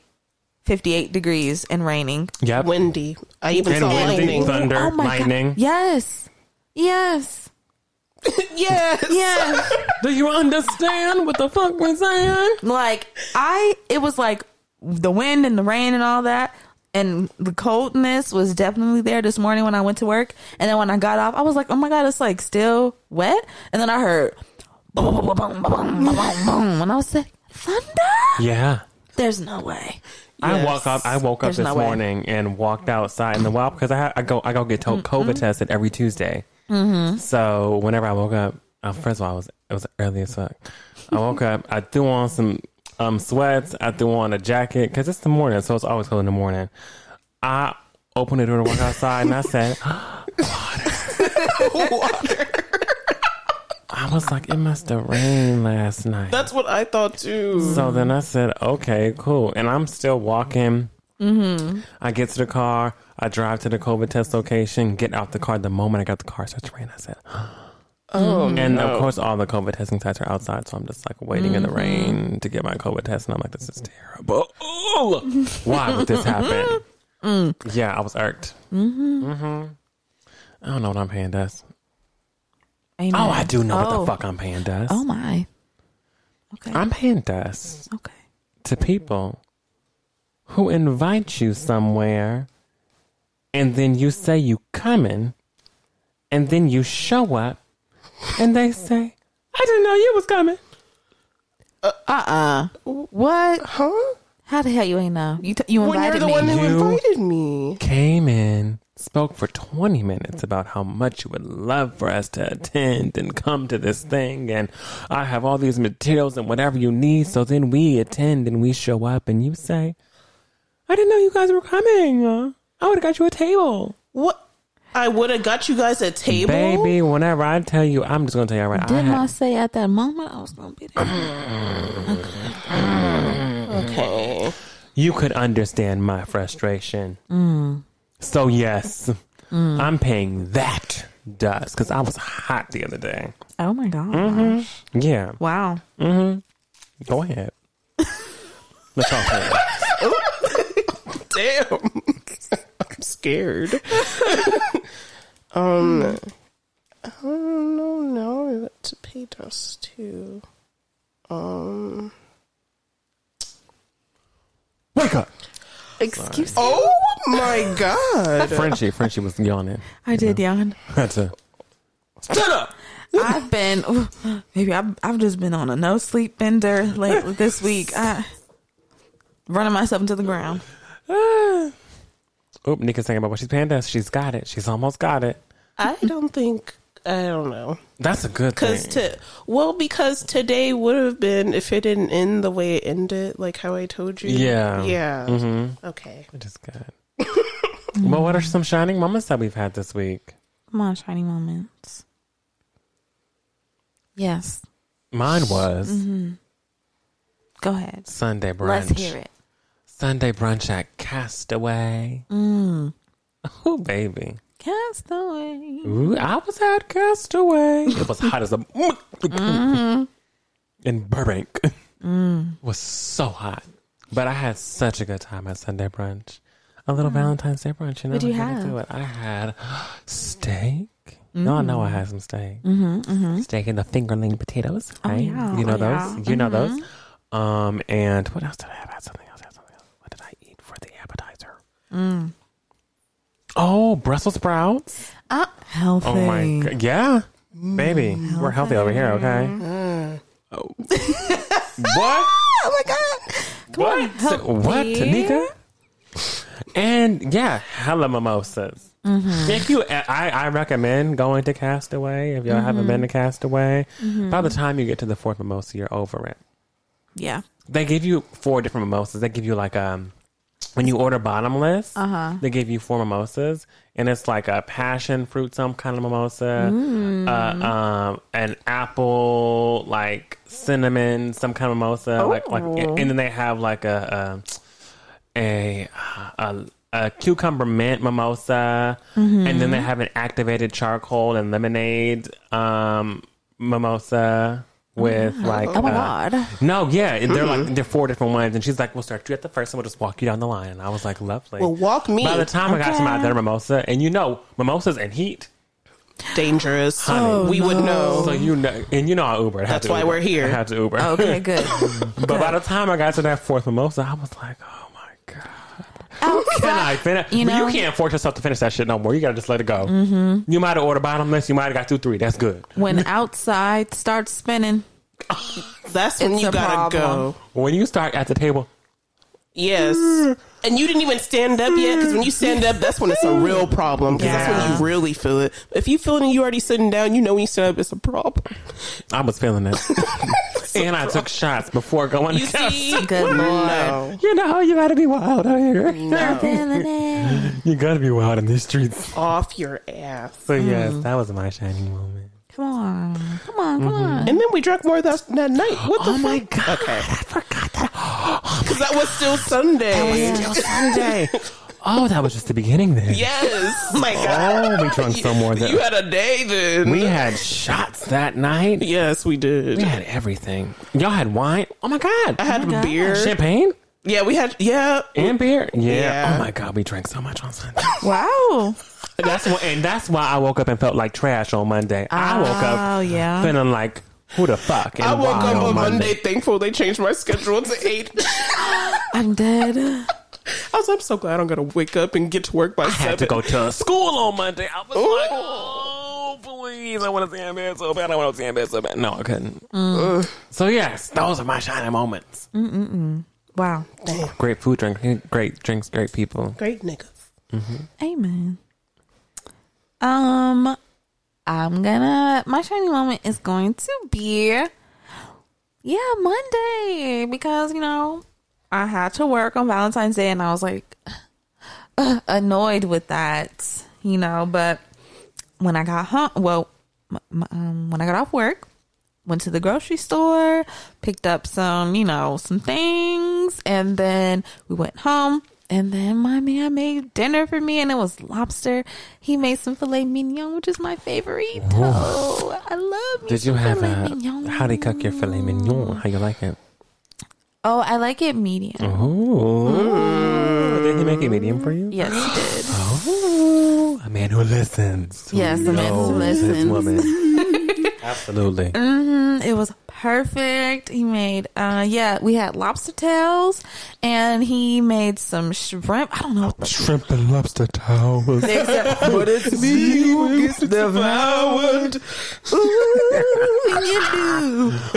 58 degrees and raining Yep. Windy. I even saw lightning. thunder, oh my lightning. god yes yes yes. yes Do you understand what the fuck we're saying? like I it was like the wind and the rain and all that and the coldness was definitely there this morning when I went to work and then when I got off I was like oh my god it's like still wet and then I heard boom boom boom boom boom boom, boom, boom. and I was like thunder Yeah. there's no way I Yes. woke up. I woke There's up this no way. morning and walked outside in the wild because I ha- I go I go get told COVID tested every Tuesday. Mm-hmm. So whenever I woke up, uh, first of all, I was it was early as fuck. I woke up. I threw on some um sweats. I threw on a jacket because it's the morning, so it's always cold in the morning. I opened the door to walk outside and I said, "Water." I was like, it must have rained last night. That's what I thought too. so then I said, okay, cool. And I'm still walking. I get to the car. I drive to the COVID test location, get out the car. The moment I got the car starts raining, I said, Oh, and of course, all the COVID testing sites are outside. So I'm just like waiting in the rain to get my COVID test. And I'm like, this is terrible. Why would this happen? Yeah, I was irked. Mm-hmm. I don't know what I'm paying dust. Amen. Oh, I do know what Oh. the fuck I'm paying dust. Oh my. Okay. I'm paying dust okay. to people who invite you somewhere and then you say you coming and then you show up and they say, I didn't know you was coming. Uh uh What? huh? How the hell you ain't know? You t- you When you're invited the me. one who You- invited me. Came in, spoke for 20 minutes about how much you would love for us to attend and come to this thing. And I have all these materials and whatever you need. So then we attend and we show up and you say, I didn't know you guys were coming. I would have got you a table. What? I would have got you guys a table. Baby, whenever I tell you, I'm just gonna tell you right. I Didn't I, had, say at that moment I was gonna be there? Okay. you could understand my frustration. Mm. So yes, I'm paying that dust because I was hot the other day. oh my god! Yeah, Wow. go ahead. Let's talk about it. Damn. I'm scared. um, I don't know now what to pay dust to. Um. Wake up, Excuse me. Oh my god. Frenchie. Frenchie was yawning. I did yawn. That's a Shut up. I've been maybe I've I've just been on a no sleep bender late this week. I running myself into the ground. oop. Nika's thinking about what she's paying dust. She's got it. She's almost got it. I don't think. I don't know. That's a good thing. Because to well, because today would have been if it didn't end the way it ended, like how I told you. Yeah. Yeah. mm-hmm. Okay. It is good. well, what are some shining moments that we've had this week? Come on, shiny moments. Yes. Mine was Go ahead. Sunday brunch. Mm-hmm. Let's hear it. Sunday brunch at Castaway. Mm. Oh, baby. Castaway. Ooh, I was at Castaway. It was hot as a. Mm-hmm. In Burbank. Mm. It was so hot. But I had such a good time at Sunday brunch. A little Valentine's Day brunch. You know, What'd Mm. you I gotta have? do it. I had steak. No, I know Mm. I had some steak. Mm-hmm, Mm-hmm. Steak and the fingerling potatoes, right? yeah. You know Oh, those? yeah. Mm-hmm. You know those? Um, and what else did I have? I had something else. I had something else. What did I eat for the appetizer? Mm. Oh, Brussels sprouts. Uh, healthy. Oh my god. Yeah. Baby. Mm. We're healthy over here, okay? Oh. what? Oh my god. What? what, healthy. Nika? And yeah, hella mimosas. If you, I, I recommend going to Castaway if y'all haven't been to Castaway. By the time you get to the fourth mimosa, you're over it. Yeah. They give you four different mimosas. They give you like um when you order bottomless, Uh-huh. they give you four mimosas, and it's like a passion fruit, some kind of mimosa, Mm. uh, um, an apple, like cinnamon, some kind of mimosa, like like, Oh. and then they have like a a a, a, a cucumber mint mimosa, Mm-hmm. and then they have an activated charcoal and lemonade um mimosa with like Oh my uh, god. no, yeah, and they're Mm-hmm. like they're four different ones, and she's like, "We'll start you at the first, and we'll just walk you down the line." And I was like, "Lovely." Well, walk me. By the time I got to my other mimosa, and you know, mimosas and heat, dangerous. we would know. so you know, and you know, I Uber. That's why we're here. I had to Uber. Okay, good. but by the time I got to that fourth mimosa, I was like, "Oh my god." Can I finish? you You, know- can't force yourself to finish that shit no more. You gotta just let it go. Mm-hmm. You might have ordered bottomless. You might have got two, three. That's good. when outside starts spinning, That's when It's you a gotta problem. go. When you start at the table, Yes. And you didn't even stand up yet, because when you stand up, that's when it's a real problem. 'cause that's when Yeah. you really feel it. If you feeling you already sitting down, you know when you stand up, it's a problem. I was feeling it, and I took shots before going. You to Castaway. see, good lord. no, You know, you gotta be wild out here. Oh. Feeling it. You gotta be wild in these streets. off your ass. Mm. So yes, that was my shining moment. Come on, come on, come on. And then we drank more that, that night. What the Oh fuck? my god! Okay. I forgot that. Oh, Because that was still Sunday. still Sunday. Oh, that was just the beginning then. Yes. my God. Oh, we drunk some more You than had a day then. we had shots that night. yes, we did. We had everything. Y'all had wine. Oh my god! I had beer. champagne Yeah, we had. Yeah. and beer. Yeah. Yeah. Oh my god, we drank so much on Sunday. Wow. that's why, and that's why I woke up and felt like trash on Monday. I woke up Oh, yeah. feeling like who the fuck and I woke why up on Monday. thankful they changed my schedule to 8. I'm dead. I was I'm so glad I'm going to wake up and get to work by I 7. had to go to school on Monday. I was Ooh. like, oh, please. I want to stay in bed so bad. I want to stay in bed so bad. No, I couldn't. Ugh. Mm. So, yes, those are my shining moments. Wow. Great food, drink, great drinks, great people. Great niggas. Amen. Um, I'm gonna. My shiny moment is going to be, yeah, Monday because you know I had to work on Valentine's Day and I was like uh, annoyed with that, you know. But when I got home, well, m- m- um, when I got off work, went to the grocery store, picked up some, you know, some things, and then we went home. And then my man made dinner for me, and it was lobster. He made some filet mignon, which is my favorite. Oh, I love. Me Did you some have filet a. mignon. How do you cook your filet mignon? How you like it? Oh, I like it medium. Oh. Ooh. Did he make it medium for you? Yes, he did. Ooh, a man who listens. Who Yes, a man who knows his listens. Woman. Absolutely. Mm, it was perfect. He made, uh, yeah, we had lobster tails, and he made some shrimp. I don't know what the Shrimp and lobster towels. but it's me who gets devoured.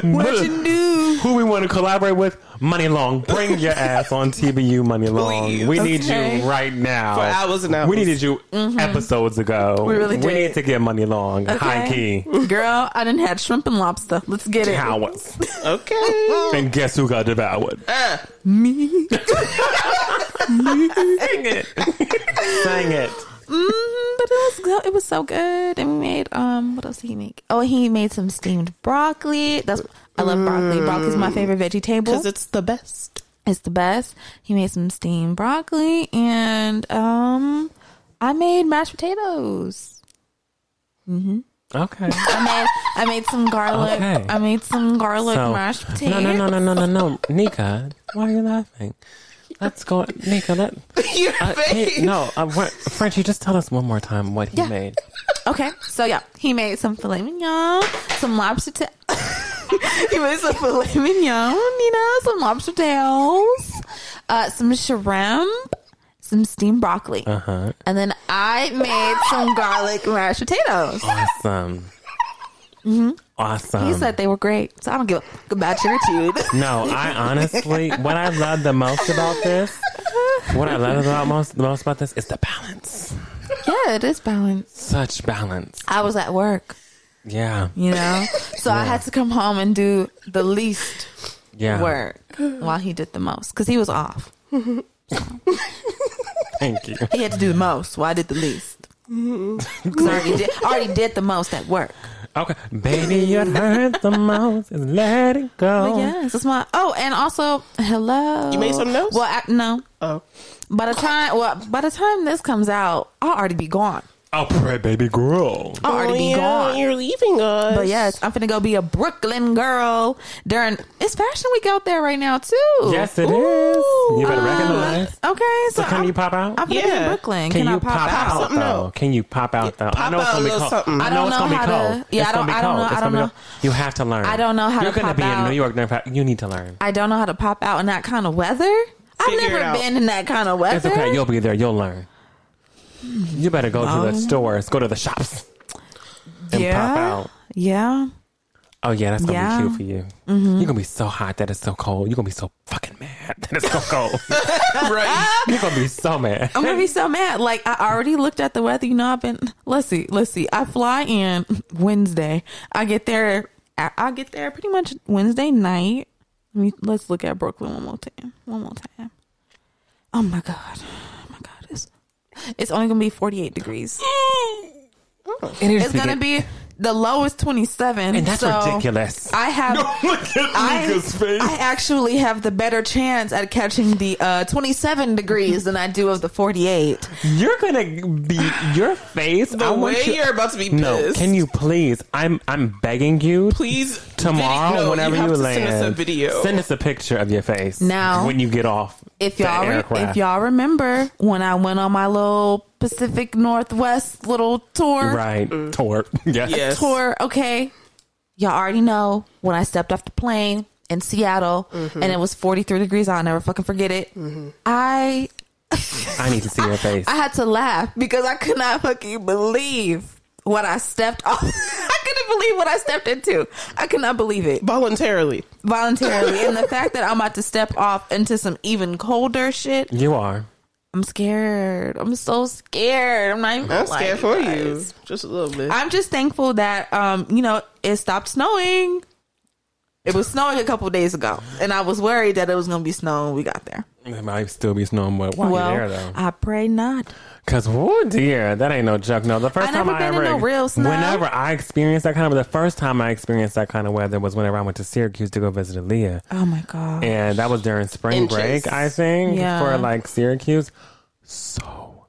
What you do? Who we want to collaborate with? Money Long. Bring your ass on TBU, Money Long. Please. We need Okay. you right now. For hours and hours. We needed you episodes ago. We really We did. need to get Money Long. High key. Girl, I didn't had shrimp and lobster. Let's get it. Towers. Okay. and guess who got devoured? Me. Sing it. Sing it. Mm, but it was go- it was so good. And we made um what else did he make? Oh, he made some steamed broccoli. That's I love broccoli. Broccoli's Mm. my favorite vegetable. Because it's the best. It's the best. He made some steamed broccoli and um I made mashed potatoes. Okay. I made I made some garlic. Okay. I made some garlic So- mashed potatoes. No, no, no, no, no, no, no. Nika, why are you laughing? Let's go. Nika, let. Your Uh, face. hey, no, uh, what, Frenchie, just tell us one more time what he Yeah. made. Okay, so yeah, he made some filet mignon, some lobster. Ta- he made some filet mignon, you know, some lobster tails, uh, some shrimp, some steamed broccoli, Uh huh. and then I made some garlic mashed potatoes. Um. Awesome. Awesome. He said they were great, so I don't give a good bad attitude. no, I honestly, what I love the most about this, what I love about most the most about this is the balance. yeah, it is balanced. Such balance. I was at work, Yeah. you know, so I had to come home and do the least Yeah. work while he did the most because he was off. Thank you. He had to do the most. Well, I did the least. Mm-hmm. 'Cause I already did, I already did the most at work. Okay, baby, it hurt the most is let it go. But yes, that's my. Oh, and also, hello. You made some notes? Well, I, no. Oh. By the time, well, by the time this comes out, I'll already be gone. I'll pray, baby girl. I'll already be Oh, yeah, gone. You're leaving us. But yes, I'm finna go be a Brooklyn girl during. It's Fashion Week out there right now too. Yes, it is. You better recognize. Okay, so, So can I'm, you pop out? I'm finna be in Yeah. Brooklyn. Can, you pop, out? something though? out? Can you pop out though? I pop know it's out a gonna be little cold. something. I I know don't it's know gonna how be to- cold. yeah, it's I don't- gonna be I don't cold. know- It's I gonna don't be know. cold. You have to learn. I don't know how You're to gonna pop be in out. New York. during fa- You need to learn. I don't know how to pop out in that kind of weather. I've Figure it never out. been in that kind of weather. It's okay. You'll be there. You'll learn. You better go to Um, the stores. Go to the shops. And pop out. Yeah. Oh yeah, that's gonna Yeah. Mm-hmm. be cute for you. You're gonna be so hot that it's so cold. You're gonna be so fucking mad that it's so cold. Right. You're gonna be so mad. I'm gonna be so mad. Like I already looked at the weather. You know, I've been. Let's see, let's see. I fly in Wednesday. I get there. I I get there pretty much Wednesday night. Let me let's look at Brooklyn one more time. One more time. Oh my god. Oh my god. Oh, It's it's only gonna be 48 degrees. It is It's gonna be The lowest twenty seven, And that's so ridiculous. I have. Look at I, Mika's face. I actually have the better chance at catching the uh, 27 degrees than I do of the 48. You're gonna be your face. The I want way you- you're about to be pissed. No, can you please? I'm I'm begging you. please Tomorrow, video, no, whenever you, you, have to land, send us a video. Send us a picture of your face Now, when you get off. If the y'all, re- aircraft. if y'all remember when I went on my little Pacific Northwest little tour, right, tort. Yes. Mm. Yes. tour, okay, y'all already know when I stepped off the plane in Seattle Mm-hmm. and it was 43 degrees. I'll never fucking forget it. I I need to see your face. I had to laugh because I could not fucking believe what I stepped off. I couldn't believe what I stepped into. I could not believe it voluntarily. voluntarily. and the fact that I'm about to step off into some even colder shit, you are. I'm scared. I'm so scared. I'm not even. I'm gonna lie scared to for you, guys. just a little bit. I'm just thankful that um, you know, it stopped snowing. It was snowing a couple days ago, and I was worried that it was gonna be snow when we got there. It might still be snowing, but why well, you there though? I pray not. Cause oh dear, that ain't no joke. No, the first I time never I been ever, in no real snow. whenever I experienced that kind of, the first time I experienced that kind of weather was whenever I went to Syracuse to go visit Aaliyah. Oh my god! and that was during spring Inches. break, I think, Yeah. for like Syracuse. So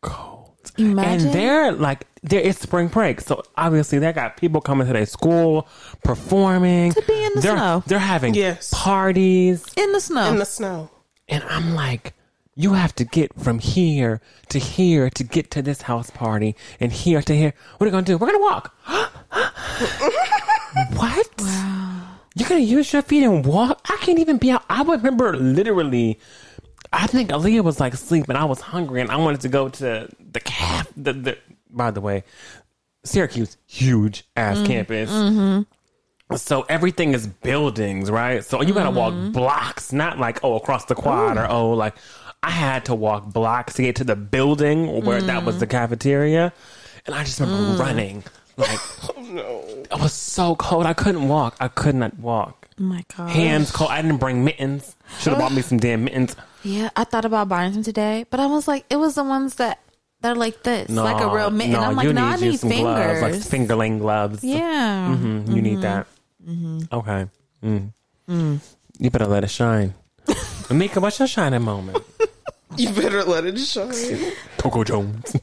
cold. Imagine. And there, like, there is spring break, so obviously they got people coming to their school, performing, to be in the they're, snow. They're having Yes. parties, in the snow. in the snow. and I'm like, you have to get from here to here to get to this house party, and here to here. What are we gonna do? We're gonna walk. what? You're gonna use your feet and walk? I can't even be out. I remember literally. I think Aaliyah was like asleep, and I was hungry, and I wanted to go to the camp. The, the by the way, Syracuse huge ass campus. So everything is buildings, right? So you gotta Mm-hmm. walk blocks, not like oh across the quad or oh like I had to walk blocks to get to the building where that was the Mm. cafeteria, and I just remember running. Like Oh no! it was so cold, I couldn't walk. I could not walk. oh my god! Hands cold. I didn't bring mittens. Should have bought me some damn mittens. Yeah, I thought about buying some today, but I was like, it was the ones that that are like this, like a real mitten. I'm like, no, I you need gloves, fingers. like fingerling gloves. yeah. Mm, you Mm-hmm. need that. Okay. Mm. Mm. You better let it shine. Mika, what's your shining moment? You better let it shine. Coco Jones.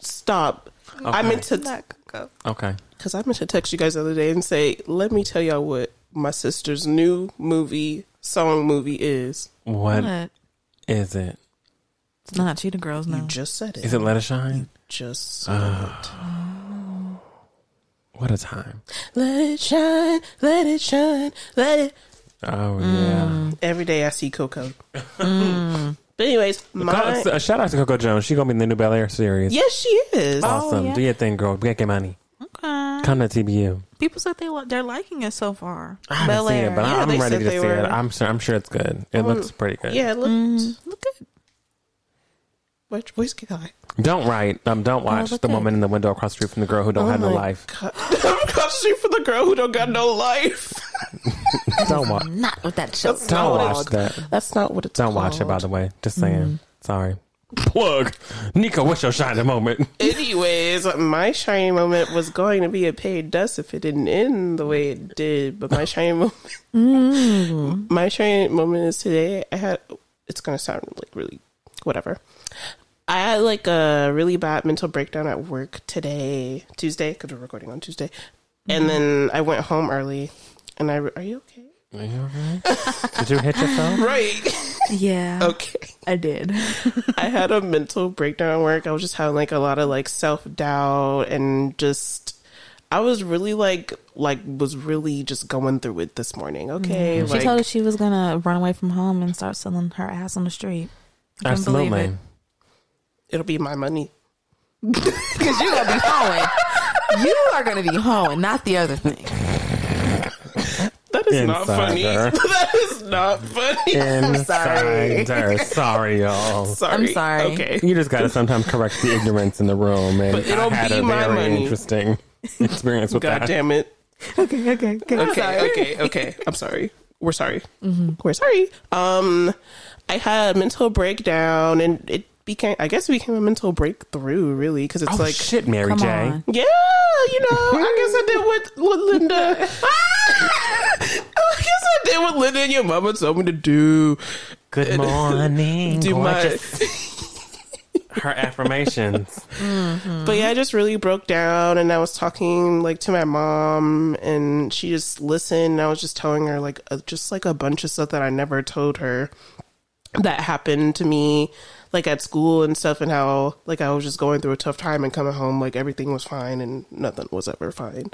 Stop. I meant to Okay. because I meant to text you guys the other day and say, let me tell y'all what my sister's new movie song movie is. what But is it? it's not cheetah girls You no. just said it. Is it Uh. Let It Shine? just What a time. let it shine, let it shine, let it. Oh, Every day I see Coco. But anyways, yeah. my Co- uh, shout out to Coco Jones. She going to be in the new Bel Air series. yes, she is. Awesome. Oh, yeah. Do your thing, girl. Get your money. Okay. Come to TBU. People said they li- they're liking it so far. I haven't Bel seen Air. it, but I- Yeah, I'm they ready said to they see were- Mm. it. I'm sure. I'm sure it's good. It looks pretty good. Yeah, look, Look good. which voice guy? Don't write. Um. Oh, Don't watch look the good. woman in the window across the street from the girl who don't have no life. God. I'm crossing for the girl who don't got no life. Don't watch. Not with that show. not Don't what watch it's- that. That's not what it's. Don't watch it, by called. the way. Just saying. Mm-hmm. Sorry. Plug. Nico, what's your shining moment? Anyways, my shining moment was going to be a paid dust if it didn't end the way it did. But my shining moment, my shining moment is today. I had. It's gonna sound like really, whatever. I had like a really bad mental breakdown at work today, Tuesday, because we're recording on Tuesday. And then I went home early, and I re- are you okay? Are you alright? Did you hit yourself? Right. Yeah. okay. I did. I had a mental breakdown at work. I was just having like a lot of like self doubt and just I was really like like was really just going through it this morning. Okay, Mm-hmm. she like told us she was gonna run away from home and start selling her ass on the street. I couldn't believe Absolutely. it'll be my money. Because you're gonna be hoeing. You are gonna be hoeing, not the other thing. That is not funny. Insider. that is not funny. Insider. sorry. Sorry. y'all. Sorry. I'm sorry. Okay. You just gotta sometimes correct the ignorance in the room, and But it'll I had be a my very money. interesting experience with God that. damn it. Okay, okay, okay. Mm-hmm. okay, okay, okay. I'm sorry. We're sorry. We're sorry. Um, I had a mental breakdown, and it became, I guess, it became a mental breakthrough, really, because it's Oh like, shit, Mary Come J. on. yeah, you know, I guess I did what, what Linda. I guess I did what Linda and your mama told me to do. Good morning, Do my, gorgeous. Her affirmations. but yeah, I just really broke down, and I was talking like to my mom, and she just listened. And I was just telling her like a, just like a bunch of stuff that I never told her that happened to me, like at school and stuff, and how like I was just going through a tough time and coming home like everything was fine and nothing was ever fine.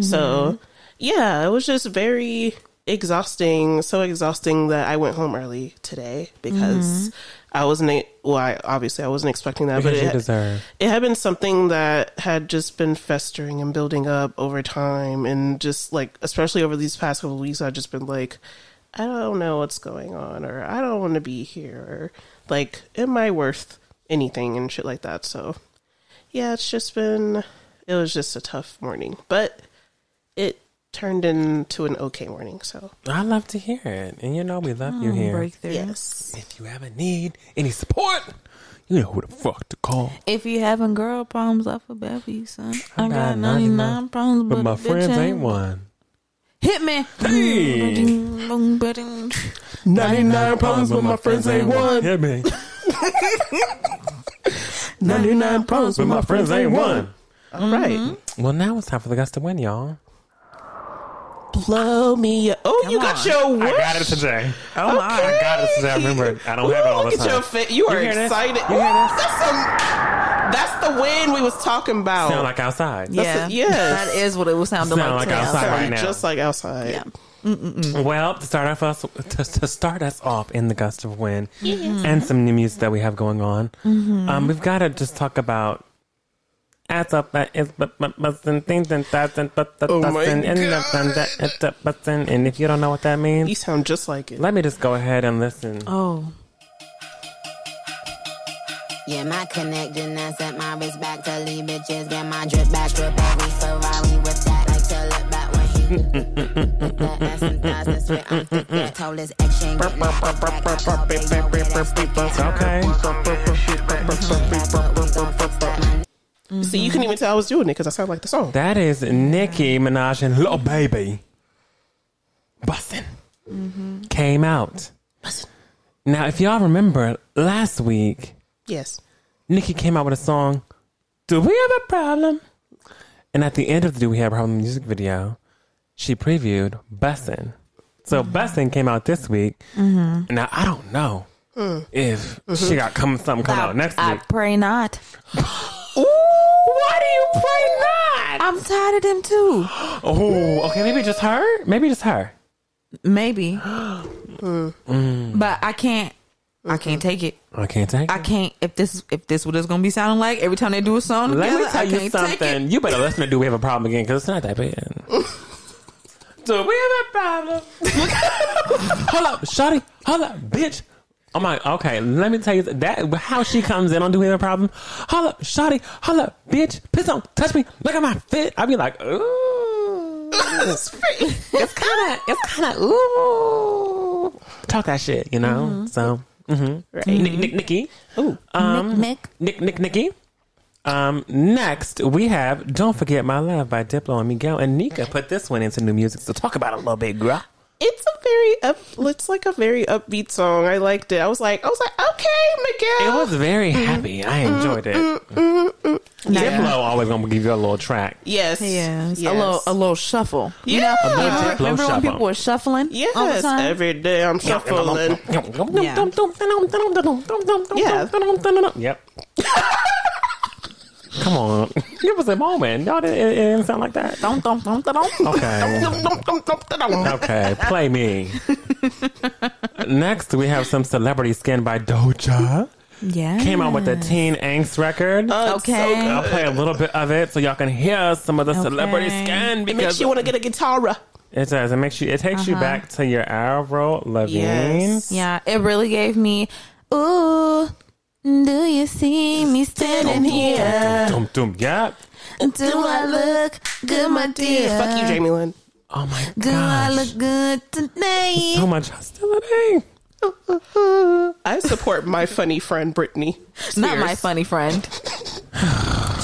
So yeah, it was just very exhausting, so exhausting that I went home early today because. I wasn't well. I, obviously, I wasn't expecting that, Mm-hmm. Because but you it- deserve. it had been something that had just been festering and building up over time and just like especially over these past couple of weeks i've just been like i don't know what's going on or i don't want to be here or like am i worth anything and shit like that so yeah it's just been it was just a tough morning but it turned into an okay morning so I love to hear it. And you know we love Oh, you here. Breakthrough. yes If you ever need any support, you know who the fuck to call. If you having girl problems, I feel bad for you, son. I got got 99 99 problems, But but, my a bitch friends ain't one. Hit me. Hey. 99 problems, but my friends ain't one. Yeah, man. 99 problems, but my friends ain't one. all right Mm-hmm. Well, now it's time for the gust to win, y'all. blow me up. oh you Come got on. your I wish. got it today. Oh my. I got it today. I remember. I don't have it all Look the at your time. face. You are hear this? excited. You hear this? That's some. That's the wind we was talking about. Sound like outside. Yeah. That's a- yes. That is what it was sounding Sound like. like to me. outside Sound right now. just like outside. Yeah. Well, to start off us to, to start us off in the gust of wind and some new music that we have going on, um, we've got to just talk about as up uh, that is but but but and things and that and but that Oh that's my and and that and that and that but and and if you don't know what that You means, sound just like it. let me just go ahead and listen. Oh. Yeah, my connecting I set my wrist back to leave bitches. Get my drip back, drip every Ferrari with that. Like to look back when he with that ass and thighs. That's where I'm thick at. Told his ex she ain't getting no fuck back. I told her, yo, where that stick at? Okay, That's what we gon' fix that. My See, you couldn't even tell I was doing it because I sound like the song. that is Nicki Minaj and Little Baby. Bussin came out. Now, if y'all remember last week. Yes. Nicki came out with a song, Do We Have a Problem? And at the end of the Do We Have a Problem music video, she previewed Bussin'. So Mm-hmm. Bussin' came out this week. Now, I don't know if she got come, something coming out next Mm. Mm-hmm. I week. pray not. Ooh, why do you pray not? I'm tired of them too. Oh, okay, maybe just her? Maybe just her. Maybe. Mm. but I can't. Mm-hmm. I can't take it. I can't take I it. can't. If this if this what it's gonna be sounding like every time they do a song Let together, me tell I you can't take something. You better listen to Do We Have a Problem again because it's not that bad. Do we have a problem? hold up, Shotty. Hold up, bitch. I'm like, okay, let me tell you that how she comes in on Do We Have a Problem? Hold up, Shotty. Hold up, bitch. Piss on, touch me. Look at my fit. I'd be like, ooh. That's pretty- it's kind of, it's kind of, ooh. Talk that shit, you know? So, mm-hmm. right. Nick, Nick, Nicky. Ooh. Um, Nick, Nick, Nick, Nicky. Um, next, we have Don't Forget My Love by Diplo and Miguel. And Nika put this one into new music, so talk about it a little bit, girl. it's a very up. It's like a very upbeat song. I liked it. I was like, I was like, okay, It Miguel. was very happy. I enjoyed it. it. Nah. Diplo always gonna give you a little track. yes. Yes. A little a little shuffle. You know? Yeah. A little Diplo Uh-huh. Remember when shuffle. people were shuffling? All the Yes. time? Every day I'm shuffling. Yeah. Yep. Come on. It was a moment. Y'all didn't, it didn't sound like that. Dum, dum, dum, dum, dum. Okay. Okay, play me. Next, we have some celebrity skin by Doja. yeah. Came out with a teen angst record. Oh. Okay. I'll play a little bit of it so y'all can hear some of the celebrity Okay. skin It because makes you want to get a guitar. it does. It makes you. It takes you back to your Avril Lavigne. Yes. yeah. It really gave me Ooh, do you see me standing here? Dum, dum, yeah. Do I look good, my dear? Fuck you, Jamie Lynn. Oh my Do I gosh. look good today? so much hostility. I support my funny friend Brittany. Not my Spears. funny friend.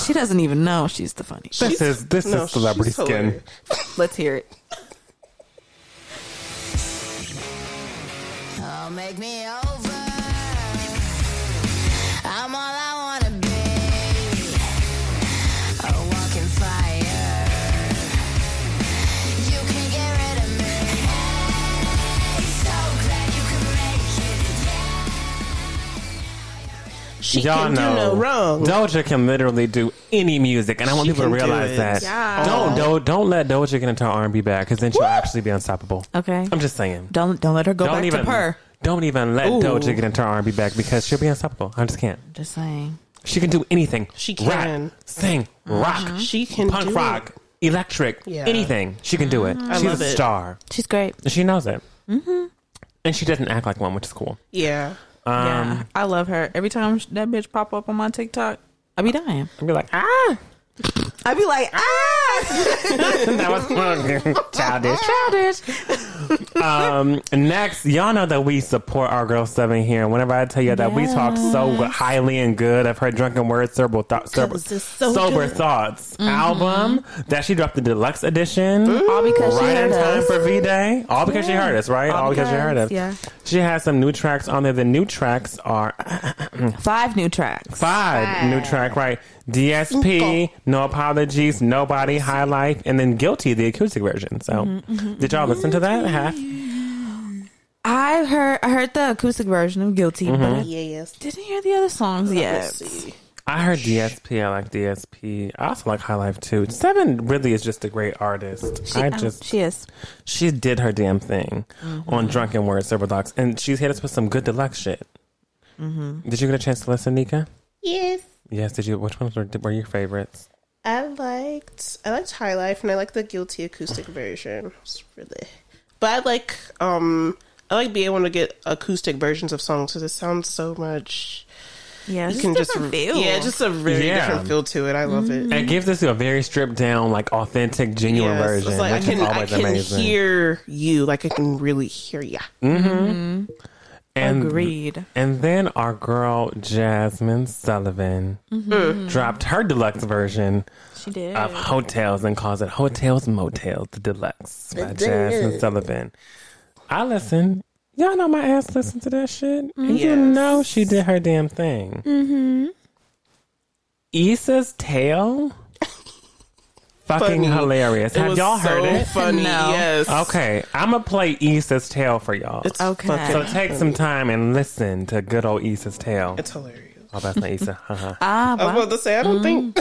she doesn't even know she's the funny. This is this no, is celebrity she's skin. hilarious. Let's hear it. Oh, make me over. I'm all I wanna be. A walking fire. You can get rid of me. Hey, so glad you can make it. She Y'all can know do no wrong. Doja can literally do any music, and I want She people to can do realize it. that. Yeah. Don't don't don't let Doja get into R and B bag because then she'll What? actually be unstoppable. Okay. I'm just saying. Don't don't let her go don't back even to her. don't even let Ooh. Doja get into R and B bag because she'll be unstoppable. I just can't. Just saying. She can do anything. She Rap, can. Mm-hmm. sing, rock, She can punk do rock, it. electric, Yeah. Mm-hmm. anything. She can do it. She's love a it. star. She's great. And She knows it. Mm-hmm. And she doesn't act like one, which is cool. Yeah. Um, yeah, I love her. Every time sh- that bitch pop up on my TikTok, I be dying. I'd be like, ah, I be like, ah, that was childish. childish. Um, next, y'all know that we support our girl Seven here. And whenever I tell you that we talk so Yes. highly and good of her drunken words, sober, thought, sober, 'Cause it's so sober good. thoughts album that she dropped the deluxe edition, All because she right in heard time us. for V Day. All because she Yeah. heard us, right? All, All because, she heard us. because, She has some new tracks on there. The new tracks are Five new tracks. five, new track, right? DSP, No Apologies, Nobody, High Life, and then Guilty, the acoustic version. So, did y'all listen to that? Half. I heard I heard the acoustic version of Guilty, Mm-hmm. but I Yes. didn't hear the other songs yet. I heard DSP. I like DSP. I also like High Life too. Seven really is just a great artist. I Um, just she is. she did her damn thing Mm-hmm. on Drunken Words, Silver Docs, and she's hit us with some good deluxe shit. Mm-hmm. Did you get a chance to listen, Nika? Yes. Yes. Did you? Which ones were, were your favorites? I liked I liked High Life and I liked the guilty acoustic version. It's really but I like um I like being able to get acoustic versions of songs because it sounds so much Yeah, you can just yeah, just a very Yeah. different feel to it. I love it. It gives us a very stripped down, like authentic, genuine Yes, version, it's like I which can is I always can amazing. hear you like I can really hear you. and agreed. And then our girl Jasmine Sullivan Mm-hmm. dropped her deluxe version She did. of hotels and calls it Hotels Motels the Deluxe by Jasmine Sullivan. I listen. Y'all know my ass listened to that shit. And You Mm-hmm. Yes. know she did her damn thing. Mm-hmm. Issa's tail, fucking Funny. hilarious. Have was y'all so heard it? funny. No. Yes. Okay, I'm gonna play Issa's tail for y'all. It's Okay. fucking so take some time and listen to good old Issa's tail. it's hilarious. Oh, that's not Issa. Haha. ah, I wow. was about to say I don't think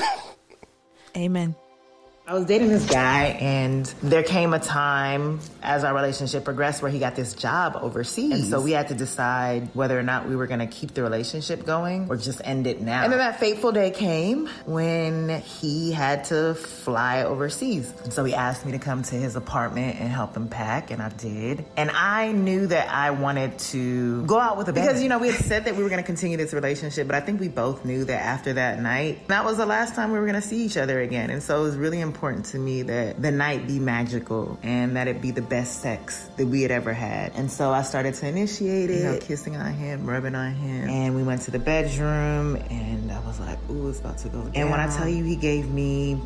amen. I was dating this guy, and there came a time as our relationship progressed where he got this job overseas. And so we had to decide whether or not we were going to keep the relationship going or just end it now. And then that fateful day came when he had to fly overseas. And so he asked me to come to his apartment and help him pack, and I did. And I knew that I wanted to go out with a bang. Because, you know, we had said that we were going to continue this relationship, but I think we both knew that after that night, that was the last time we were going to see each other again. And so it was really important to me that the night be magical and that it be the best sex that we had ever had. And so I started to initiate it, you know, kissing on him, rubbing on him. And we went to the bedroom and I was like, ooh, it's about to go down. And when I tell you he gave me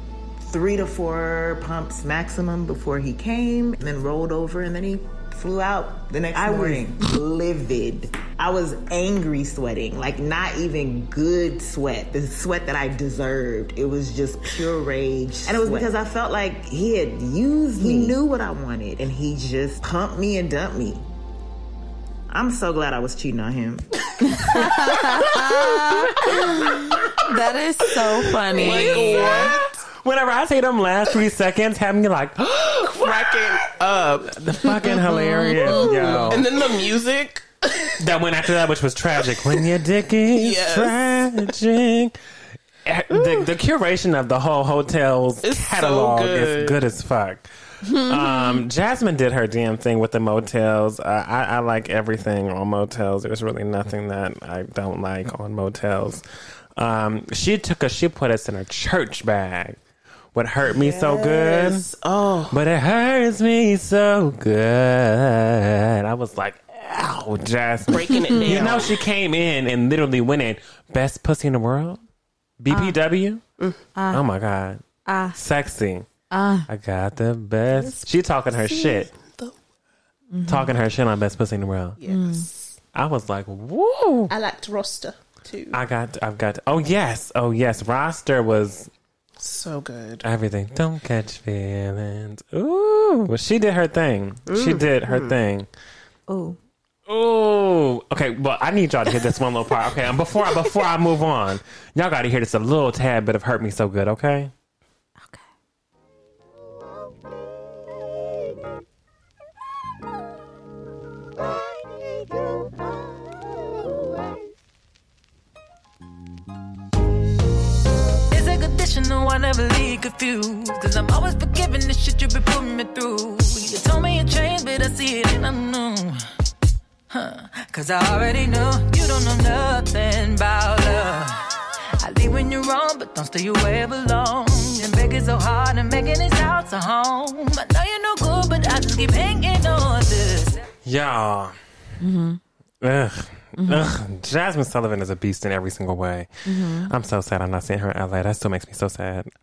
three to four pumps maximum before he came, and then rolled over, and then he flew out the next morning. I was livid. I was angry sweating, like not even good sweat, the sweat that I deserved. It was just pure rage. And it was because I felt like he had used me. He knew what I wanted, and he just pumped me and dumped me. I'm so glad I was cheating on him. That is so funny. Whenever I say them last three seconds, have me like cracking up. fucking hilarious, yo. And then the music. that went after that, which was tragic. When your dick is Yes. tragic. Eh, The, the curation of the whole hotel's It's so catalog is good. good as fuck. um, Jasmine did her damn thing with the motels. Uh, I, I like everything on motels. There's really nothing that I don't like on motels. Um, she took us, she put us in a church bag. What hurt me so good? Oh. But it hurts me so good. I was like, Ow, Jasmine. breaking it down. You know, she came in and literally went in best pussy in the world. BPW. Uh, oh my god. Sexy. I got the best. She talking her shit. Mm-hmm. Talking her shit on best pussy in the world. yes. I was like, woo. I liked roster too. I got. I've got. Oh yes. Oh yes. Roster was so good. everything. Don't catch feelings. Ooh. Well, she did her thing. She did her Mm. thing. Oh, Oh, okay. Well, I need y'all to hear this one little part. Okay, and before I, before I move on, y'all got to hear this a little tad bit of "Hurt Me So Good." Okay. okay. It's a conditional, I never leave confused. Cause I'm always forgiving the shit you been putting me through. You told me you changed, but I see it and I knew. Huh. Cause I already knew you don't know nothing about love. I leave when you're wrong, but don't stay away alone. And begging so hard and making this house a home. I know you're no good, but I just keep hanging on this. Y'all. Mm-hmm. Ugh. Ugh. Jasmine Sullivan is a beast in every single way. Mm-hmm. I'm so sad I'm not seeing her in LA. That still makes me so sad.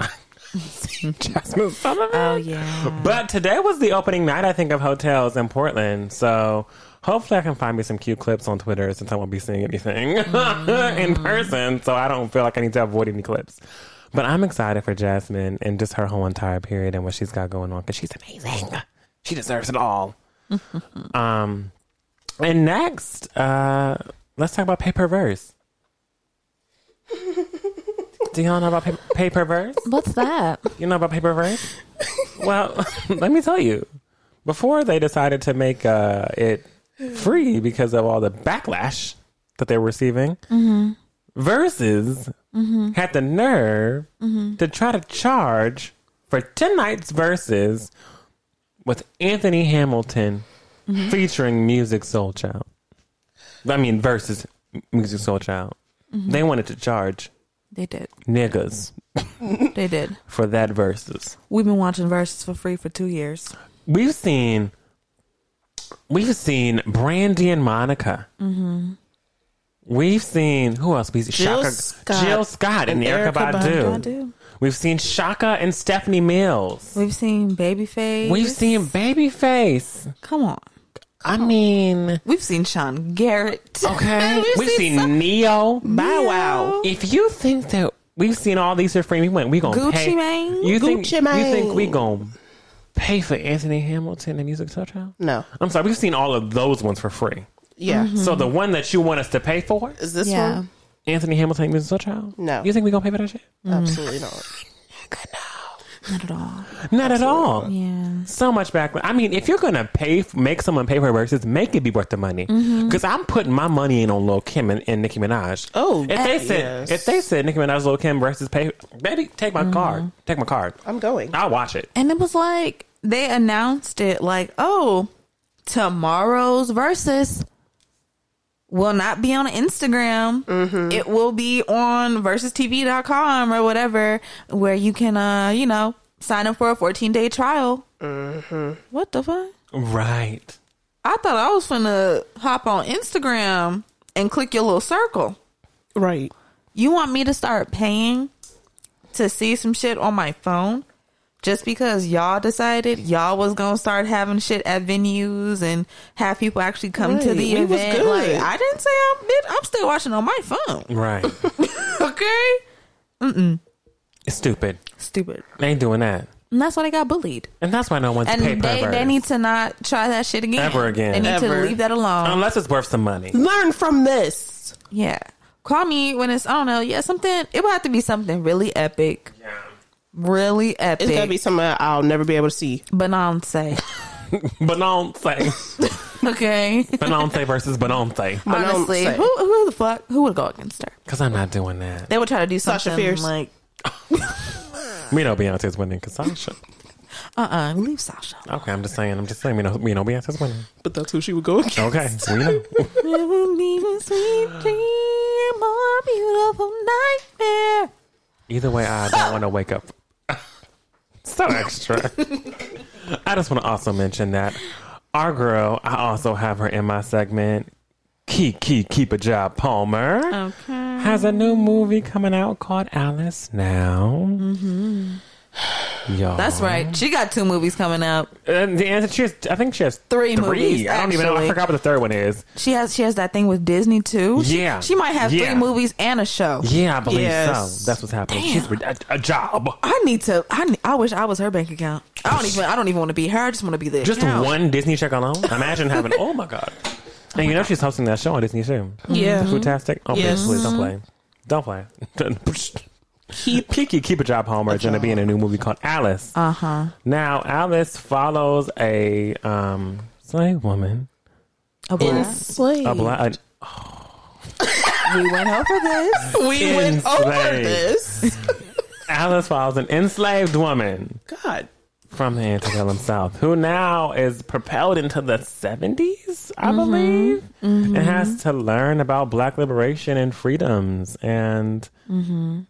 Jasmine Sullivan. Oh yeah. But today was the opening night, I think, of hotels in Portland. So hopefully I can find me some cute clips on Twitter since I won't be seeing anything in person. So I don't feel like I need to avoid any clips. But I'm excited for Jasmine and just her whole entire period and what she's got going on because she's amazing. She deserves it all. um, and next, uh, let's talk about Pay Perverse. Do y'all know about Pay, pay Perverse? What's that? You know about paper rights? well, let me tell you. Before they decided to make uh, it free because of all the backlash that they were receiving, Versus had the nerve to try to charge for 10 nights Versus with Anthony Hamilton featuring Music Soul Child. I mean, Versus Music Soul Child. They wanted to charge They did. niggas They did. for that Versus. We've been watching verses for free for two years. we've seen we've seen Brandy and Monica. Mm-hmm. We've seen who else? We've seen Jill Shaka, Scott Jill Scott and, and Erica, Erykah Badu. Badu. We've seen Shaka and Stephanie Mills. We've seen Babyface. We've seen Babyface. Come on. I mean, We've seen Sean Garrett. okay. We've We've, seen seen, Neo. Bow Wow. If you think that we've seen all these for free, we went. We gonna Gucci pay. Mane? You think Gucci Mane. you think we gonna pay for Anthony Hamilton and Music Touchdown? No. I'm sorry. We've seen all of those ones for free. Yeah. So the one that you want us to pay for, Is this Yeah. one? Anthony Hamilton Music Soul Child? No. You think we gonna pay for that shit? Absolutely not. Not at all. Not at all. Yeah. So much backlash. I mean, if you're gonna pay, make someone pay for verses, make it be worth the money. Because I'm putting my money in on Lil Kim and, and Nicki Minaj. Oh, if they said yes. if they said Nicki Minaj, Lil Kim versus pay, baby, take my card, take my card. I'm going. I'll watch it. And it was like they announced it like, oh, tomorrow's versus will not be on Instagram. It will be on versustv.com or whatever, where you can, uh, you know, sign up for a 14 day trial. What the fuck? Right. I thought I was gonna hop on Instagram and click your little circle. Right. You want me to start paying to see some shit on my phone just because y'all decided y'all was gonna start having shit at venues and have people actually come to Right, the we was event? good. Like I didn't say I'm. Bitch, I'm still watching on my phone. Right. Okay. it's stupid. Stupid. They ain't doing that. And that's why they got bullied. And that's why no one's And pay they, perverse. they need to not try that shit again. Ever again. Um, They need Ever. to leave that alone. Unless it's worth some money. Learn from this. Yeah. Call me when it's I don't know, yeah, something it would have to be something really epic. Really epic. It's gonna be something I'll never be able to see. Beyonce. Beyonce. okay. Beyonce versus Beyonce. Honestly. Beyonce. Who who the fuck who would go against her? Because I'm not doing that. They would try to do Sasha something Fierce. like We know Beyonce's winning because Sasha. uh uh leave Sasha. Okay, I'm just saying. I'm just saying. We know. We know Beyonce's winning. But that's who she would go against. Okay, we know. Never leave a sweet dream or a beautiful nightmare. Either way, I don't want to wake up. So extra. I just want to also mention that Our girl, I also have her in my segment. Key, key, keep a job, Palmer. Okay. Has a new movie coming out called Alice Now. Mm-hmm. Y'all. That's right. She got two movies coming out. And the answer, she has, I think she has Three movies, I don't even know. I actually. forgot what the third one is. She has she has that thing with Disney too. She- Yeah. She, might have Yeah. three movies and a show. Yeah, I believe Yes. so. That's what's happening. She's re- a, a job. I need to. I, ne- I wish I was her bank account. I don't even. I don't even want to be her. I just want to be the Just account. one Disney check alone. Imagine having. oh my god! And you know she's hosting that show on Disney too. Yeah. Fantastic. Oh please, Mm-hmm. Yes. please don't play. Don't play. keep Peaky, keep a job, Homer. It's going to be in a new movie called Alice. Uh huh. Now Alice follows a um, slave woman. A black. Enslaved. A black. we went over this. we went oh, over Enslaved. this. Alice follows an enslaved woman God. from the antebellum South, who now is propelled into the 70s, Mm-hmm. I believe, and has to learn about Black liberation and freedoms. And, Mm-hmm.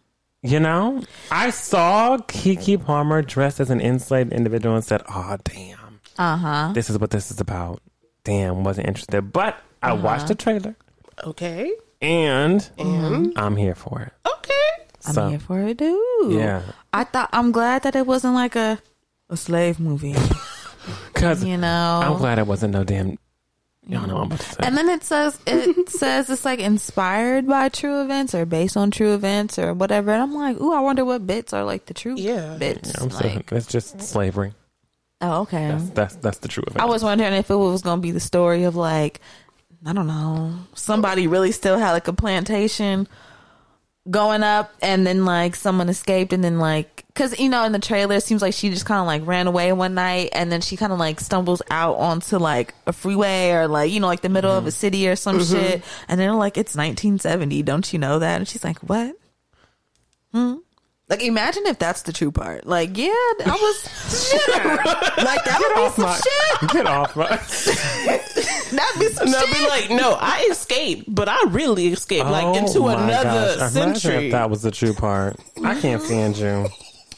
you know, I saw Kiki Palmer dressed as an enslaved individual and said, oh, damn, Uh huh. this is what this is about. Damn, wasn't interested. But I Uh-huh. watched the trailer Okay. and I'm here for it. Okay. Mm-hmm. I'm So, here for it, dude. yeah. I thought. I'm glad that it wasn't like a a slave movie. Because You know. I'm glad it wasn't no damn. Y'all know what I'm about to say. And then it says it says it's like inspired by true events or based on true events or whatever. And I'm like, ooh, I wonder what bits are like the true Yeah. bits. I'm saying like, it's just slavery. oh, okay. That's that's that's the true event. I was wondering if it was going to be the story of like, I don't know, somebody really still had like a plantation going up, and then like someone escaped, and then like, cause you know in the trailer it seems like she just kind of like ran away one night, and then she kind of like stumbles out onto like a freeway or like you know like the middle of a city or some shit, and then like it's 1970, don't you know that? And she's like, what? Hmm. Like imagine if that's the true part. Like, yeah, I was shit. Like that would be some my, shit. Get off my. That'd be some And I'll shit. be like, no, I escaped, but I really escaped, Oh like into my another gosh. Imagine century. If that was the true part. I can't stand you.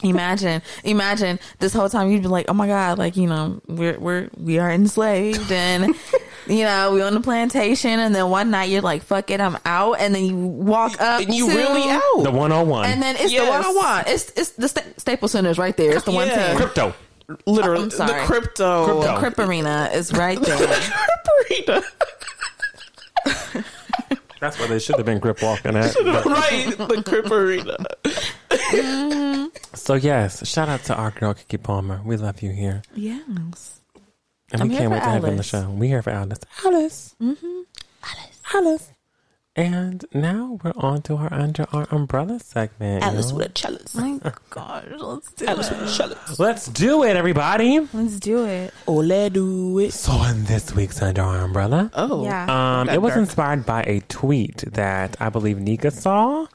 imagine, imagine this whole time you'd be like, oh my god, like you know, we're we're we are enslaved and. You know, we on the plantation, and then one night you're like, "Fuck it, I'm out," and then you walk up, and you to- really out. The one on and one. then it's Yes. the one I want. It's it's the sta- Staples Center's right there. It's the one Yeah. thing. Crypto. Literally, I'm the sorry. crypto. Crypto. The Crip Arena is right there. Crypto. That's where they should have been grip walking at. But- right, the crypto. so yes, shout out to our girl Kiki Palmer. We love you here, yes. and I'm we here can't for wait to have you on the Alice. show. We here for Alice. Alice. Mm-hmm. Alice. Alice. And now we're on to our under our umbrella segment. Alice y'all. with a chalice. My gosh, let's do Alice it. with a chalice. Let's do it, everybody. Let's do it. Ole do it. So in this week's under our umbrella, Oh. Yeah. Um, That it was dark. inspired by a tweet that I believe Nika saw,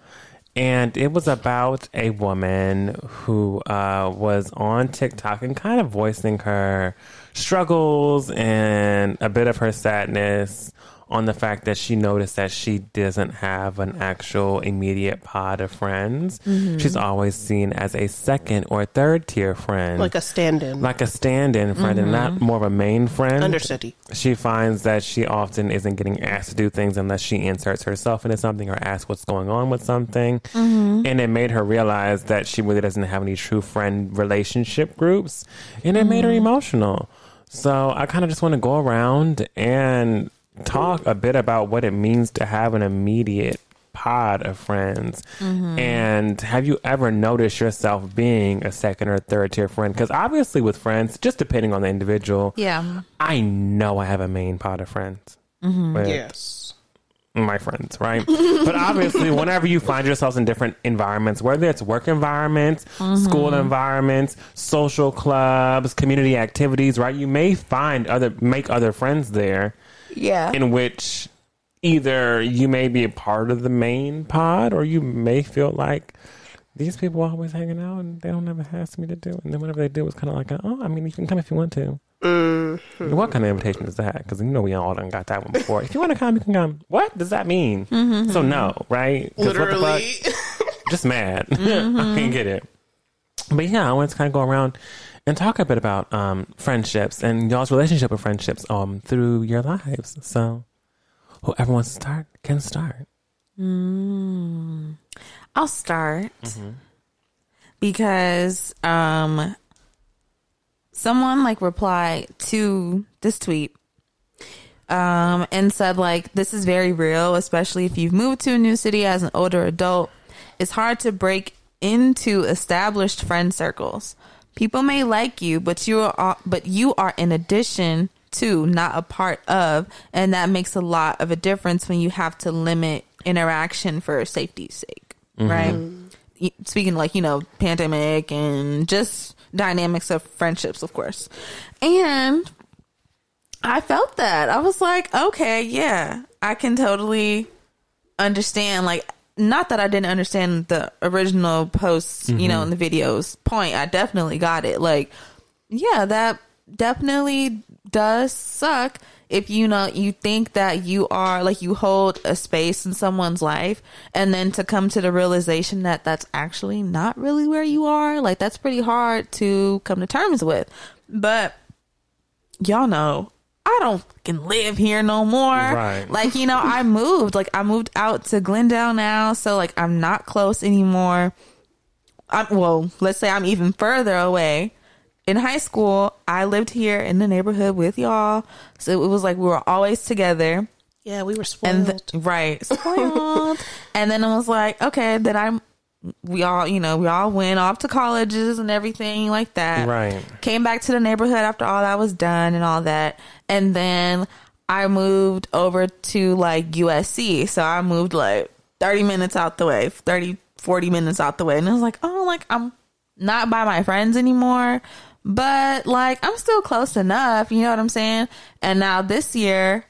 and it was about a woman who uh, was on TikTok and kind of voicing her struggles and a bit of her sadness on the fact that she noticed that she doesn't have an actual immediate pod of friends. Mm-hmm. She's always seen as a second or third tier friend, Like a stand in. like a stand-in friend, and not more of a main friend. Understudy. She finds that she often isn't getting asked to do things unless she inserts herself into something or asks what's going on with something. And it made her realize that she really doesn't have any true friend relationship groups. And it made her emotional. So I kind of just want to go around and talk a bit about what it means to have an immediate pod of friends. And have you ever noticed yourself being a second or third tier friend? Because obviously, with friends, just depending on the individual, Yeah. I know I have a main pot of friends. With Yes. My friends, right? but obviously, whenever you find yourselves in different environments, whether it's work environments, school environments, social clubs, community activities, right? You may find other, make other friends there Yeah. in which either you may be a part of the main pod or you may feel like these people are always hanging out and they don't ever ask me to do it. And then whenever they do, it's kind of like, a, oh, I mean, you can come if you want to. What kind of invitation is that? Because you know we all done got that one before. if you want to come, you can come. What does that mean? So no, right? 'Cause what the fuck? Literally. Mm-hmm. just mad. I can't get it. But yeah, I wanted to kind of go around and talk a bit about um, friendships and y'all's relationship with friendships um, through your lives. So whoever wants to start can start. I'll start because um someone like replied to this tweet um and said like this is very real especially if you've moved to a new city as an older adult it's hard to break into established friend circles people may like you but you are but you are in addition to not a part of and that makes a lot of a difference when you have to limit interaction for safety's sake right y- speaking like you know pandemic and just dynamics of friendships of course and i felt that i was like okay yeah i can totally understand like not that i didn't understand the original posts you know in the videos point i definitely got it like yeah that definitely does suck if you know you think that you are like you hold a space in someone's life and then to come to the realization that that's actually not really where you are like that's pretty hard to come to terms with but y'all know I don't fucking live here no more. Right. Like, you know, I moved. Like, I moved out to Glendale now. So, like, I'm not close anymore. I'm, well, let's say I'm even further away. In high school, I lived here in the neighborhood with y'all. So it was like we were always together. Yeah, we were And spoiled. th- right. Spoiled. and then it was like, okay, then I'm we all, you know, we all went off to colleges and everything like that Right. came back to the neighborhood after all that was done and all that and then i moved over to like usc so i moved like 30 minutes out the way 30 40 minutes out the way and i was like oh like i'm not by my friends anymore but like i'm still close enough you know what i'm saying and now this year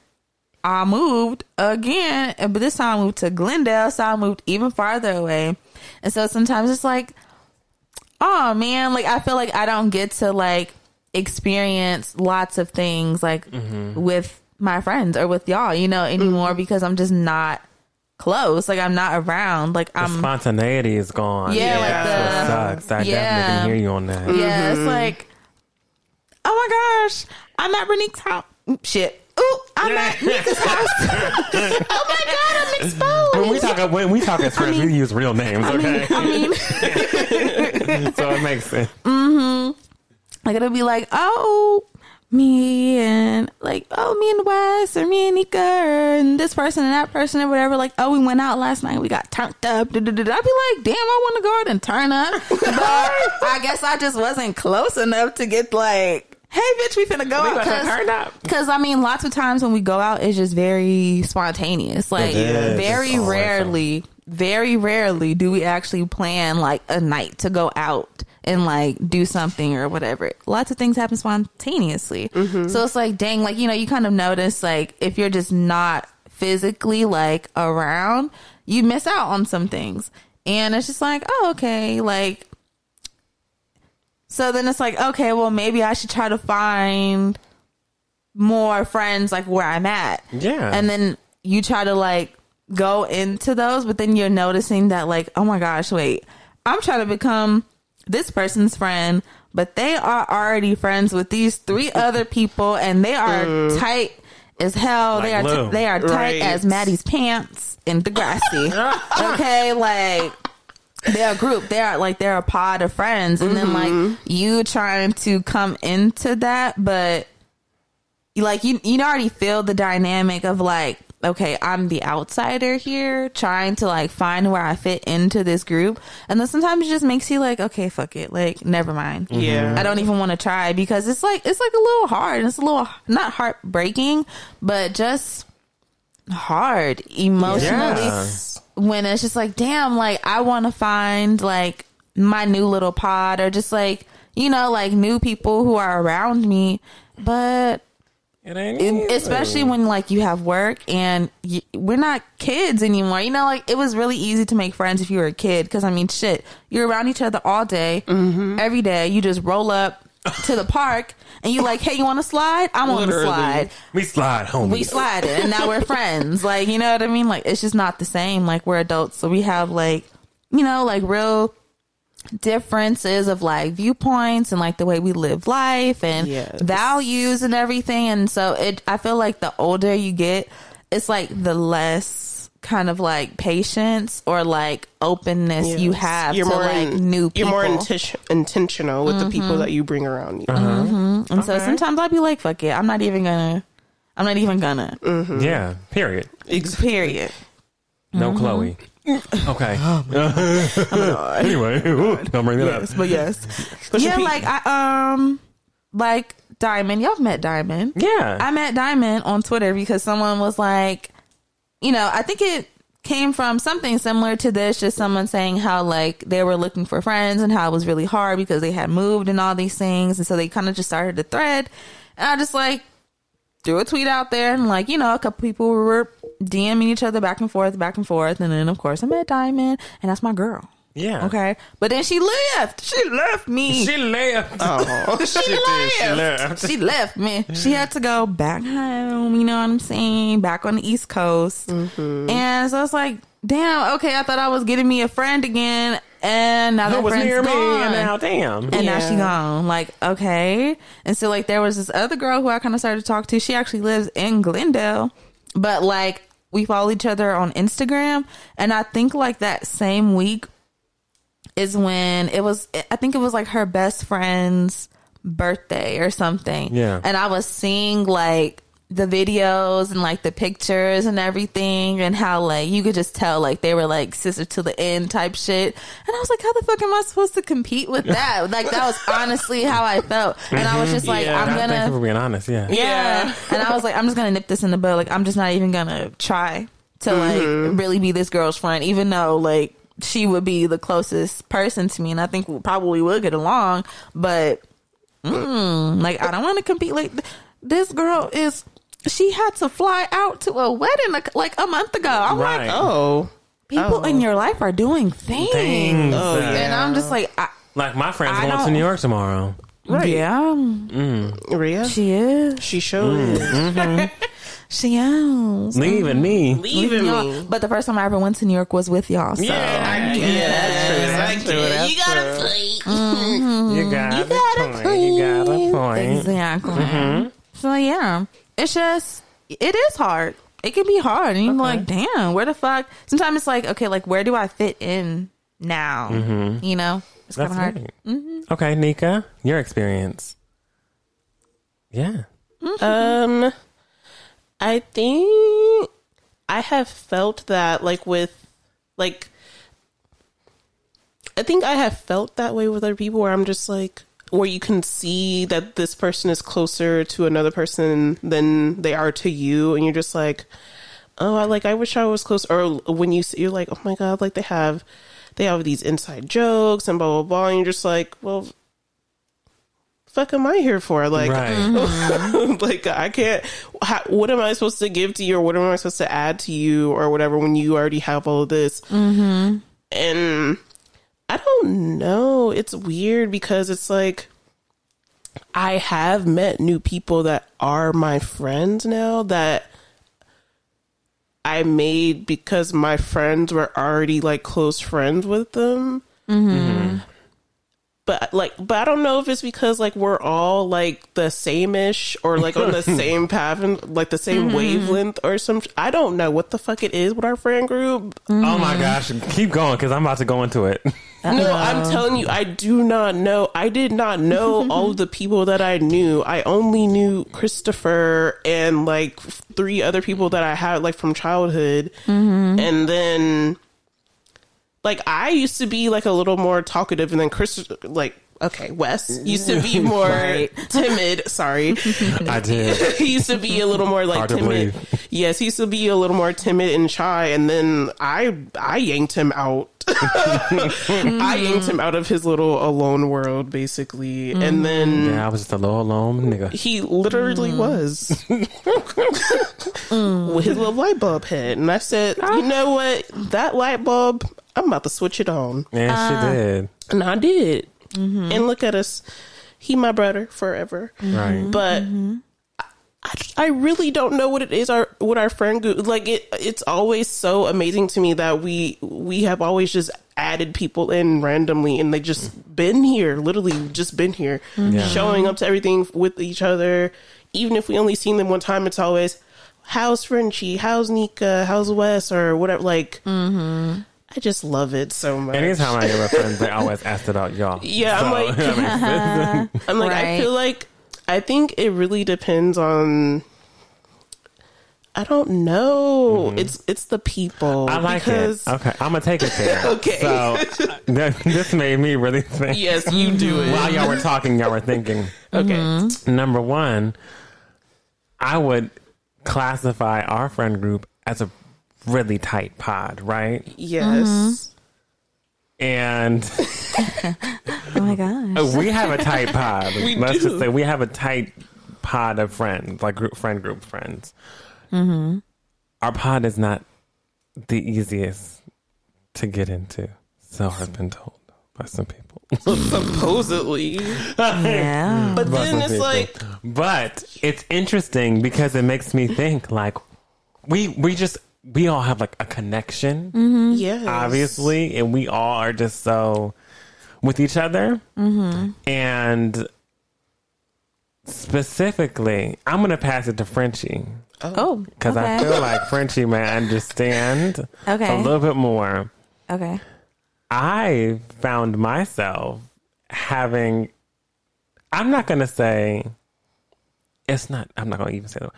I moved again, and- but this time I moved to Glendale, so I moved even farther away. And so sometimes it's like, oh man, like I feel like I don't get to like experience lots of things like with my friends or with y'all, you know, anymore because I'm just not close. Like I'm not around. Like The I'm spontaneity is gone. Um, Yeah, like That's the- what sucks. I yeah. definitely can hear you on that. Yeah, it's like, oh my gosh, I'm at Renique's house. Oop, Shit. Ooh, I'm at Nika's house. oh my god, I'm exposed. When we talk, uh, when we talk as friends, we use real names, I mean, okay? I mean, so it makes sense. like it'll be like, oh, me and like, oh, me and Wes or me and Nika and this person and that person or whatever. Like, oh, we went out last night. We got turned up. I'd be like, damn, I want to go out and turn up, but I guess I just wasn't close enough to get like, hey, bitch, we finna go out. 'cause- up. Because I mean, lots of times when we go out, it's just very spontaneous. Like, is. It's very always rarely, very rarely do we actually plan like a night to go out and like do something or whatever. Lots of things happen spontaneously. So it's like, dang, like, you know, you kind of notice like if you're just not physically like around, you miss out on some things. And it's just like, oh, okay, like, so then it's like, okay, well, maybe I should try to find more friends like where I'm at. Yeah. And then you try to like go into those, but then you're noticing that like, oh my gosh, wait, I'm trying to become this person's friend, but they are already friends with these three other people and they are tight as hell. Oh, they Like are glue. they are tight Right. as Maddie's pants in Degrassi. okay, like they're a group. They are like they're a pod of friends, and then like you trying to come into that, but like you you already feel the dynamic of like okay i'm the outsider here trying to like find where i fit into this group and then sometimes it just makes you like okay fuck it like never mind Yeah. i don't even want to try because it's like it's like a little hard and it's a little not heartbreaking but just hard emotionally Yeah. when it's just like damn like i want to find like my new little pod or just like you know like new people who are around me but It ain't in- easy. especially when like you have work and y we're not kids anymore. You know, like it was really easy to make friends if you were a kid because I mean, shit, you're around each other all day, every day. You just roll up to the park and you like, hey, you want to slide? I'm on the Literally. slide. we slide, homie. We slide it, and now we're friends. Like you know what I mean? Like it's just not the same. Like we're adults, so we have like you know like real differences of like viewpoints and like the way we live life and Yes. values and everything and so it i feel like the older you get it's like the less kind of like patience or like openness you Yes. have to like new people Mm-hmm. You're more inti- intentional with the people that you bring around you. Uh-huh. and so sometimes i'll be like fuck it i'm not even gonna i'm not even gonna Yeah. Period. period Mm-hmm. No Chloe. Okay. Oh anyway, don't bring that up. but yes Push yeah your like i um like diamond y'all met diamond Yeah. I met Diamond on Twitter because someone was like, you know, I think it came from something similar to this, just someone saying how like they were looking for friends and how it was really hard because they had moved and all these things. And so they kind of just started the thread. And I just like threw a tweet out there and like, you know, a couple people were DMing each other back and forth, back and forth. And then of course I met Diamond and that's my girl. yeah. Okay. But then she left. She left me. She left. Oh, she, did. She left. she left me. She had to go back home. You know what I'm saying? Back on the East Coast. Mm-hmm. And so it's like, damn. Okay, I thought I was getting me a friend again, and now That that was friend's near gone. me, and now damn. And now Yeah. she gone. Like, okay. And so like there was this other girl who I kind of started to talk to. She actually lives in Glendale, but like we follow each other on Instagram. And I think like that same week is when it was. I think it was like her best friend's birthday or something. Yeah. And I was seeing like the videos and like the pictures and everything and how like you could just tell like they were like sister to the end type shit and i was like how the fuck am i supposed to compete with that like that was honestly how i felt and i was just like Yeah. i'm God, Thank you gonna for being honest. Yeah. yeah. Yeah. and I was like, I'm just gonna nip this in the bud. Like, I'm just not even gonna try to like really be this girl's friend, even though like she would be the closest person to me, and I think we probably will get along. But mm, like, I don't want to compete. Like, th- this girl is. She had to fly out to a wedding like- like a month ago. I'm Right. like, Oh, people Oh. in your life are doing things, Things. Oh, that- and I'm just like, I, Like my friend's I going to don't- New York tomorrow. Right. yeah, Rhea, she, she is, showed Mm. it. she is. Leaving me. leaving Y'all- me. But the first time I ever went to New York was with y'all. So. Yeah, that's true. That's true. You got a point. You got a point. Exactly. Mm-hmm. So yeah, it's just it is hard. It can be hard, and you're like, damn, where the fuck? Sometimes it's like, okay, like where do I fit in now? You know, it's kind Mm-hmm. That's of hard. right. Mm-hmm. Okay, Nika, your experience. Yeah. Um, I think I have felt that like with like I think I have felt that way with other people where I'm just like where you can see that this person is closer to another person than they are to you and you're just like oh I like I wish I was close or when you see, you're like oh my god like they have they have these inside jokes and blah blah blah and you're just like well fuck am I here for like right. like I can't. How, what am I supposed to give to you, or what am I supposed to add to you, or whatever? When you already have all of this, mm-hmm. and I don't know. It's weird because it's like I have met new people that are my friends now that I made because my friends were already like close friends with them but like but i don't know if it's because like we're all like the same-ish or like on the same path and like the same wavelength or some sh- i don't know what the fuck it is with our friend group Oh my gosh. Keep going because I'm about to go into it. no i'm telling you i do not know i did not know all the people that i knew i only knew christopher and like f- three other people that i had like from childhood and then like I used to be like a little more talkative, and then Chris, like okay, Wes used to be more timid. Sorry, I did. he used to be a little more like Hard to timid. Yes, he used to be a little more timid and shy, and then I I yanked him out. I yanked him out of his little alone world, basically, and then Mm-hmm. Yeah, I was just a low alone nigga. he literally was with his little light bulb head. And I said, you know what? That light bulb, I'm about to switch it on. Yeah, Uh, she did. And I did. Mm-hmm. And look at us. He my brother forever. Right. But I, I really don't know what it is our what our friend group like it it's always so amazing to me that we we have always just added people in randomly and they just been here literally just been here Yeah. showing up to everything with each other even if we only seen them one time it's always how's Frenchie how's Nika how's Wes or whatever like I just love it so much Anytime I get with friends, they always ask about y'all. yeah I'm like I'm like, I Right. feel like I think it really depends on. I don't know. It's it's the people. Mm-hmm. I like because, it. Okay, I'm gonna take it there. Okay. So th- this made me really think. Yes, Mm-hmm. you do it. While y'all were talking, y'all were thinking. Okay. Number one, I would classify our friend group as a really tight pod, right? Yes. Mm-hmm. And Oh my gosh. we have a tight pod. We Let's do. just say we have a tight pod of friends, like group friend group friends. Mm-hmm. Our pod is not the easiest to get into. So I've been told by some people. Supposedly, Yeah. but By then some it's people. like Mm-hmm. but it's interesting because it makes me think like we we just we all have like a connection yes, obviously, and we all are just so with each other. Mm-hmm. And specifically, I'm going to pass it to Frenchie Oh. because okay. I feel like Frenchie may understand Okay. a little bit more. okay. I found myself having, I'm not going to say, it's not, I'm not going to even say that.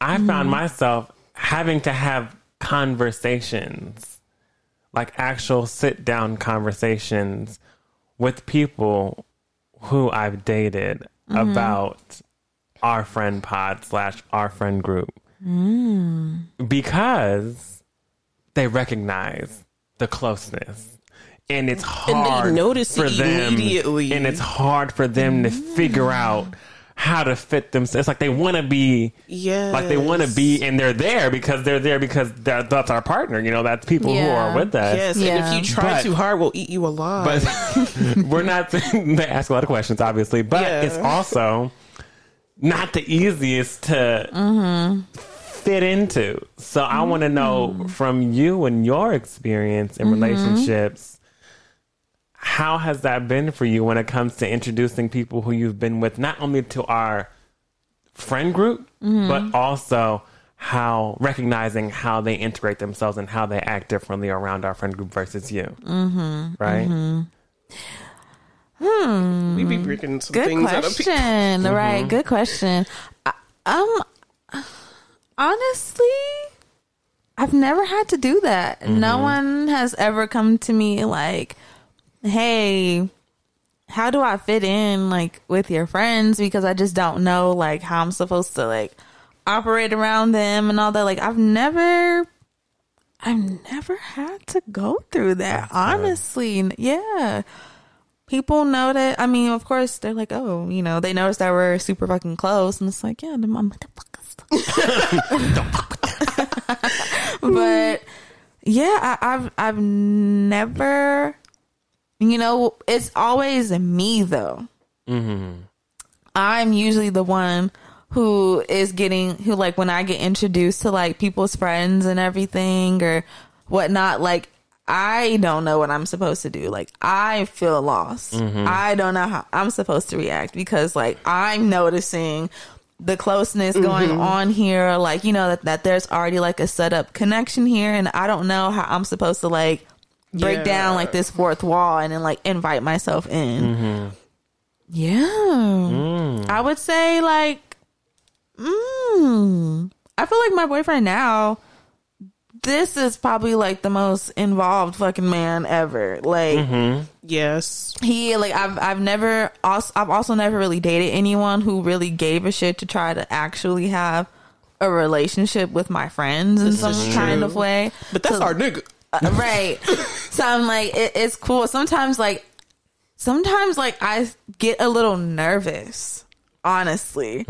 I Mm-hmm. found myself having to have conversations, like actual sit down conversations with people who I've dated Mm-hmm. about our friend pod slash our friend group. Mm. Because they recognize the closeness. And it's And they hard notice for it them, immediately. Mm. and it's hard for them to figure out how to fit themselves. It's like they want to be yes, like they want to be and they're there because they're there because they're, that's our partner you know that's people who Yeah. are with us Yes, Yeah. and if you try But- too hard, we'll eat you alive. but we're not they ask a lot of questions obviously but Yeah. it's also not the easiest to Mm-hmm. fit into so i want to know from you and your experience in relationships how has that been for you when it comes to introducing people who you've been with not only to our friend group but also how recognizing how they integrate themselves and how they act differently around our friend group versus you mm-hmm. right we be bringing some Mm-hmm. Good things out question. of Mm-hmm. Right. Good question. I, um, honestly, I've never had to do that. Mm-hmm. No one has ever come to me like, "Hey, how do I fit in like with your friends?" Because I just don't know like how I'm supposed to like operate around them and all that. Like, I've never. I've never had to go through that, honestly. Yeah people know that. I mean, of course, they're like, oh, you know, they notice that we're super fucking close, and it's like, yeah, the mom, what the fuck is but yeah, I, I've I've never, you know, it's always me though. I'm usually the one who is getting who like when I get introduced to like people's friends and everything or whatnot, like I don't know what I'm supposed to do. Like I feel lost. I don't know how I'm supposed to react because like I'm noticing the closeness going on here, like you know that, that there's already like a set up connection here and I don't know how I'm supposed to like break Yeah. down like this fourth wall and then like invite myself in. Yeah. I would say like mm, I feel like my boyfriend now this is probably like the most involved fucking man ever. Like Yes, he like I've I've never also I've also never really dated anyone who really gave a shit to try to actually have a relationship with my friends in some kind of way. but that's So- our nigga. uh, right so i'm like it, it's cool sometimes like sometimes like i get a little nervous honestly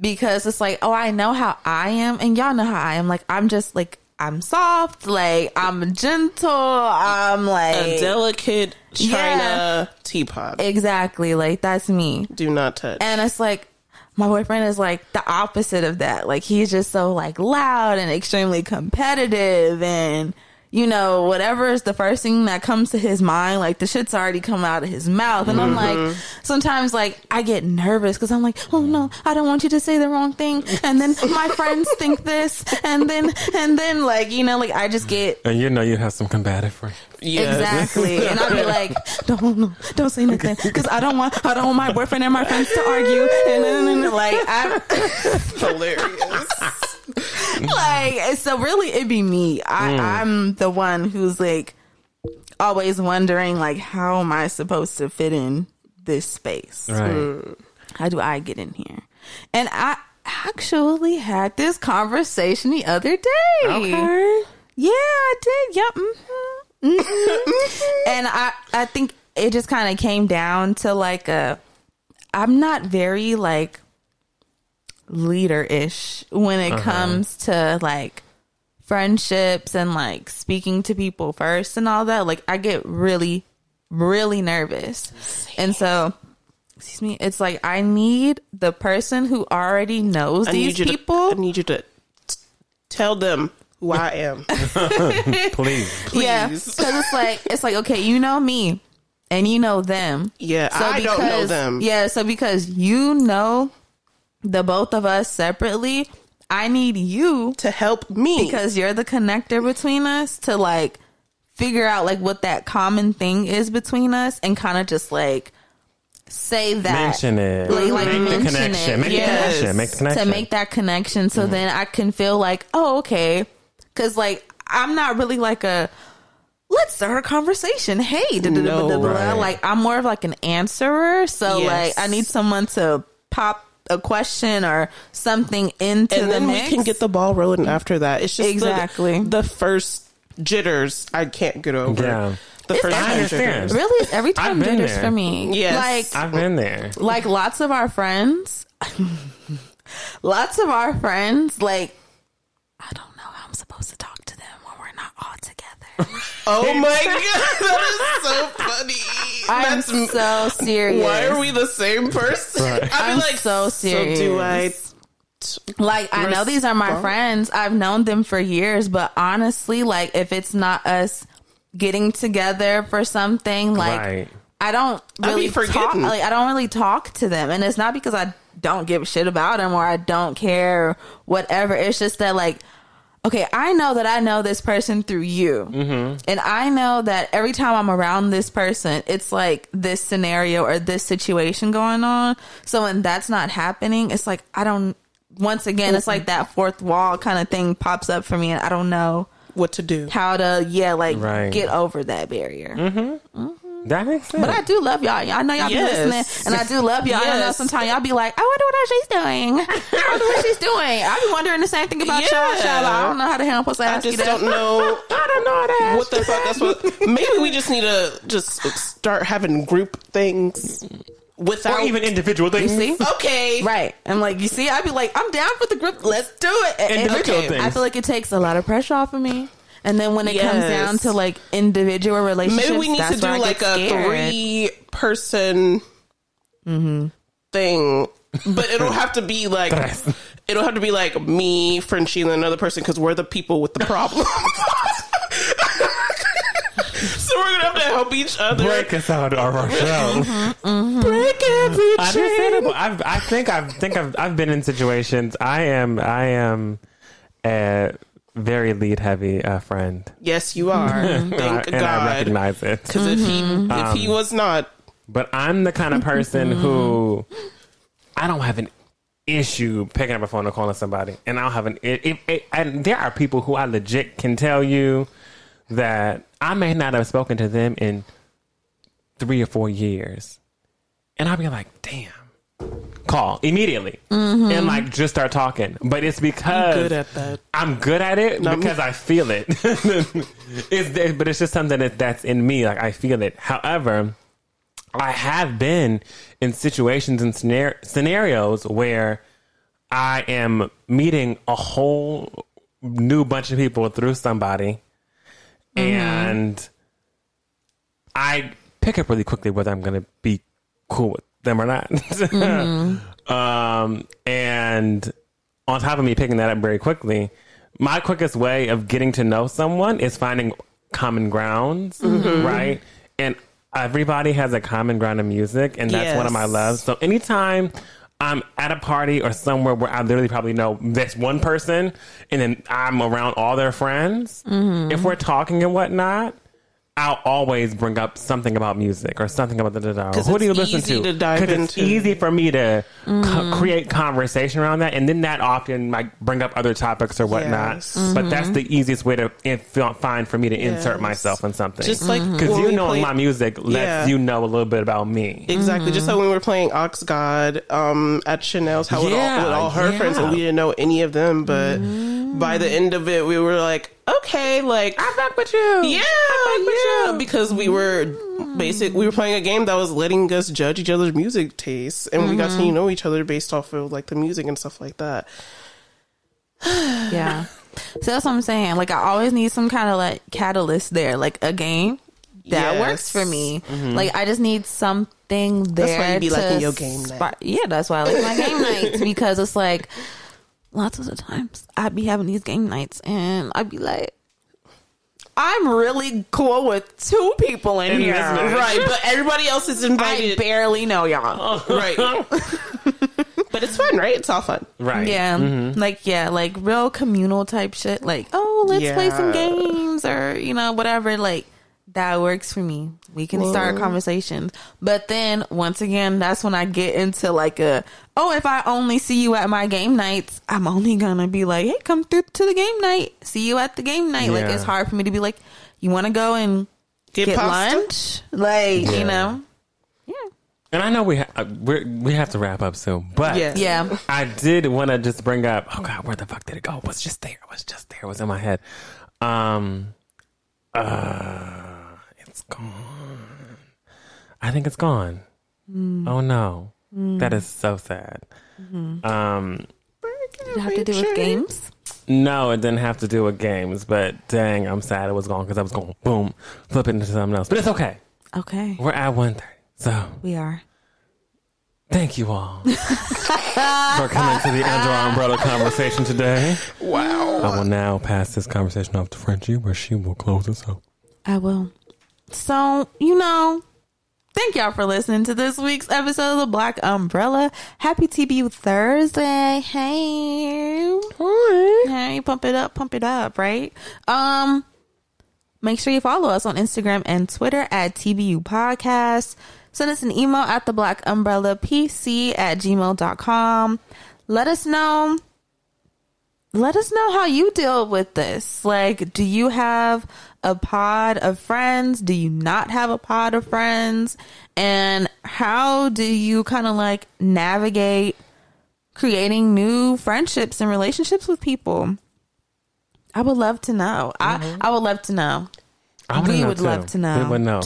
because it's like oh i know how i am and y'all know how i am like i'm just like i'm soft like i'm gentle i'm A like delicate China Yeah. teapot. exactly like that's me Do not touch. and it's like my boyfriend is like the opposite of that. Like he's just so like loud and extremely competitive and you know, whatever is the first thing that comes to his mind, like the shit's already come out of his mouth. And I'm like, sometimes like I get nervous because I'm like, oh no, I don't want you to say the wrong thing. And then my friends think this. And then, and then like, you know, like I just get And you know you have some combative friends. Yes. Exactly. And I'd be like, don't, no, don't say nothing. Cause I don't want, I don't want my boyfriend and my friends to argue. And then, and then, like, I, Hilarious. like, so really it'd be me. I, I'm the one who's like always wondering, like, how am I supposed to fit in this space? Right. How do I get in here? And I actually had this conversation the other day. Okay. Yeah, I did. Yep. mm-hmm. hmm and I, I think it just kind of came down to like a, I'm not very like leader ish when it Uh-huh. comes to like friendships and like speaking to people first and all that. Like I get really, really nervous. And so, excuse me, it's like I need the person who already knows I these need you people. To, I need you to t- tell them who I am. Please. Yeah, Please. because it's like it's like okay, you know me, and you know them. Yeah, I don't know them. Yeah, so because you know the both of us separately, I need you to help me. because you're the connector between us to like figure out like what that common thing is between us and kind of just like say that Mention it. Like, like, make mention the connection. it. Make Yes. the connection. Make the connection. to make that connection Mm-hmm. so then I can feel like, oh, okay. Cause like I'm not really like a let's start a conversation. Hey, da- da- da- da- da- da- Right. like I'm more of like an answerer. So Yes. like I need someone to pop a question or something into and the then mix. we can get the ball rolling after that. It's just the- Exactly. the, first jitters I can't get over. Yeah. The first I understand. really it's every time been jitters there. for me. Yes. Like I've been there. like lots of our friends lots of our friends like i don't know how i'm supposed to talk to them when we're not all together Oh my god, that is so funny. i'm That's m- so serious why are we the same person? Right. I'm, I'm like so So do I? serious. like i know these are my Respond. friends i've known them for years but honestly like if it's not us getting together for something like right. I don't I be really talk. forgetting. Like, I don't really talk to them, and it's not because I don't give a shit about them or I don't care, whatever. It's just that like, okay, I know that I know this person through you, Mm-hmm. and I know that every time I'm around this person, it's like this scenario or this situation going on. So when that's not happening, it's like I don't. Once again, it's like that fourth wall kind of thing pops up for me, and I don't know What to do? how to yeah, like Right. get over that barrier. That makes sense. But I do love y'all. I know y'all Yes. be listening, and I do love y'all. I know Yes. sometimes y'all be like, "I wonder what she's doing. I wonder what she's doing." I be wondering the same thing about y'all. Yeah. Shala. I don't know how the hell I'm supposed to I ask you just that. don't know I don't know how to ask what the you fuck. That's what. Maybe we just need to just start having group things without or even individual things. that. See, Oh. Okay, right? I'm like, you see, I'd be like, I'm down for the group. Let's do it. And- and- Individual things. I feel like it takes a lot of pressure off of me. And then when it comes Yes. down to like individual relationships, Maybe we need that's to do where I get like a scared. Mm-hmm. three person thing, but it'll have to be like it'll have to be like me, Frenchie, and another person because we're the people with the problem. so we're gonna have to help each other. Break us out of Mm-hmm. our shell. Break every chain. Understandable. I've, I think I've think I've I've been in situations. I am I am a very lead heavy uh, friend. Yes, you are. Thank and I God. recognize it. Because if he Mm-hmm. if he was not, But I'm the kind of person who I don't have an issue picking up a phone and calling somebody, and I'll have an. It, it, it, and there are people who I legit can tell you that I may not have spoken to them in three or four years, and I'll be like, "Damn." Call immediately and like just start talking, but it's because Mm-hmm. good at that. I'm good at it Not me. because I feel it. it's there, but it's just something that that's in me. Like I feel it. However, I have been in situations and scenar- scenarios where I am meeting a whole new bunch of people through somebody, and I pick up really quickly whether I'm going to be cool with them or not. um, and on top of me picking that up very quickly, my quickest way of getting to know someone is finding common grounds, right? And everybody has a common ground in music, and that's one of my Yes. loves. So anytime I'm at a party or somewhere where I literally probably know this one person, and then I'm around all their friends, if we're talking and whatnot. I'll always bring up something about music or something about the da da. 'Cause Who do you it's listen easy to dive 'Cause it's into. easy for me to co- create conversation around that, and then that often might bring up other topics or whatnot. Yes. But that's the easiest way to in- feel- find for me to insert Yes. myself in something. Just like because when you we know played- my music lets Yeah. you know a little bit about me. Exactly. Mm-hmm. Just like when we were playing Ox God um, at Chanel's, how with, Yeah, all, with all her yeah. Mm-hmm. friends, and we didn't know any of them, but by the end of it, we were like, okay, like, I fuck with you. yeah, yeah, because we were Mm-hmm. basic. We were playing a game that was letting us judge each other's music tastes, and we Mm-hmm. got to you know each other based off of like the music and stuff like that. Yeah. So that's what I'm saying. Like I always need some kind of like catalyst there, like a game Yes. that Mm-hmm. works for me. Like I just need something there. That's why you be to liking your game spark- night. Yeah, that's why I like my game nights because it's like lots of the times I'd be having these game nights and I'd be like. I'm really cool with two people in In here. this bitch. Right, but everybody else is I invited. barely know y'all. right, but it's fun, right? It's all fun. Right. Yeah. Like, yeah, like real communal type shit. Like, oh, let's play some Yeah. games or, you know, whatever. Like, that works for me. We can start conversations. But then, once again, that's when I get into like a, oh, if I only see you at my game nights, I'm only going to be like, hey, come through to the game night. See you at the game night. Like, Yeah. it's hard for me to be like, you want to go and Get, get pasta? lunch? Like, Yeah. you know? Yeah. And I know we ha- uh, we're, we have to wrap up soon, but Yeah. Yeah. I did want to just bring up. Oh God, where the fuck did it go? It was just there. It was just there. It was in my head. Um, uh, it's gone. I think it's gone. Oh no, that is so sad. Um, Did it have to do with games? no, it didn't have to do with games, but dang, I'm sad it was gone because I was going boom, flip it into something else. But it's okay. Okay. We're at one thirty, so We are. Thank you all for coming to the Under Our Umbrella conversation today. Wow. I will now pass this conversation off to Frenchie, where she will close us out. I will. So, you know, thank y'all for listening to this week's episode of The Black Umbrella. Happy TB Thursday. Hey. Hi. Hey, pump it up, pump it up, right? Um, make sure you follow us on Instagram and Twitter at TBU Podcast. Send us an email at the black umbrella pc at gmail.com. Let us know let us know how you deal with this. Like, do you have a pod of friends? Do you not have a pod of friends? And how do you kind of like navigate creating new friendships and relationships with people? I would love to know. I, I would love to know. I wanna We know, would love to know. We would know.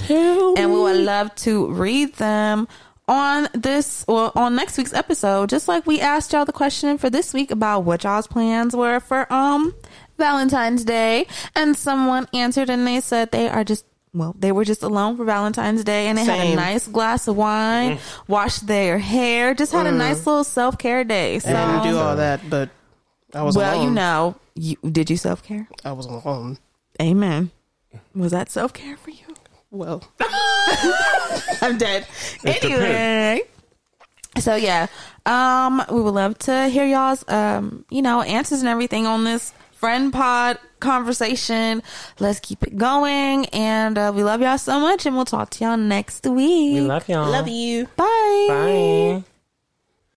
And we would love to read them on this well on next week's episode, just like we asked y'all the question for this week about what y'all's plans were for um Valentine's Day. And someone answered and they said they are just well, they were just alone for Valentine's Day and they had a Same. Mm. nice glass of wine, washed their hair, just had a nice little self care day. So, I didn't Mm. do all that, but I was well, alone. you know, you, did you self care? I was alone. Amen. Was that self care for you? Well, I'm dead. It anyway. So yeah. Um, we would love to hear y'all's um, you know, answers and everything on this friend pod conversation. Let's keep it going. And uh, we love y'all so much and we'll talk to y'all next week. We love y'all. you. Bye. Bye.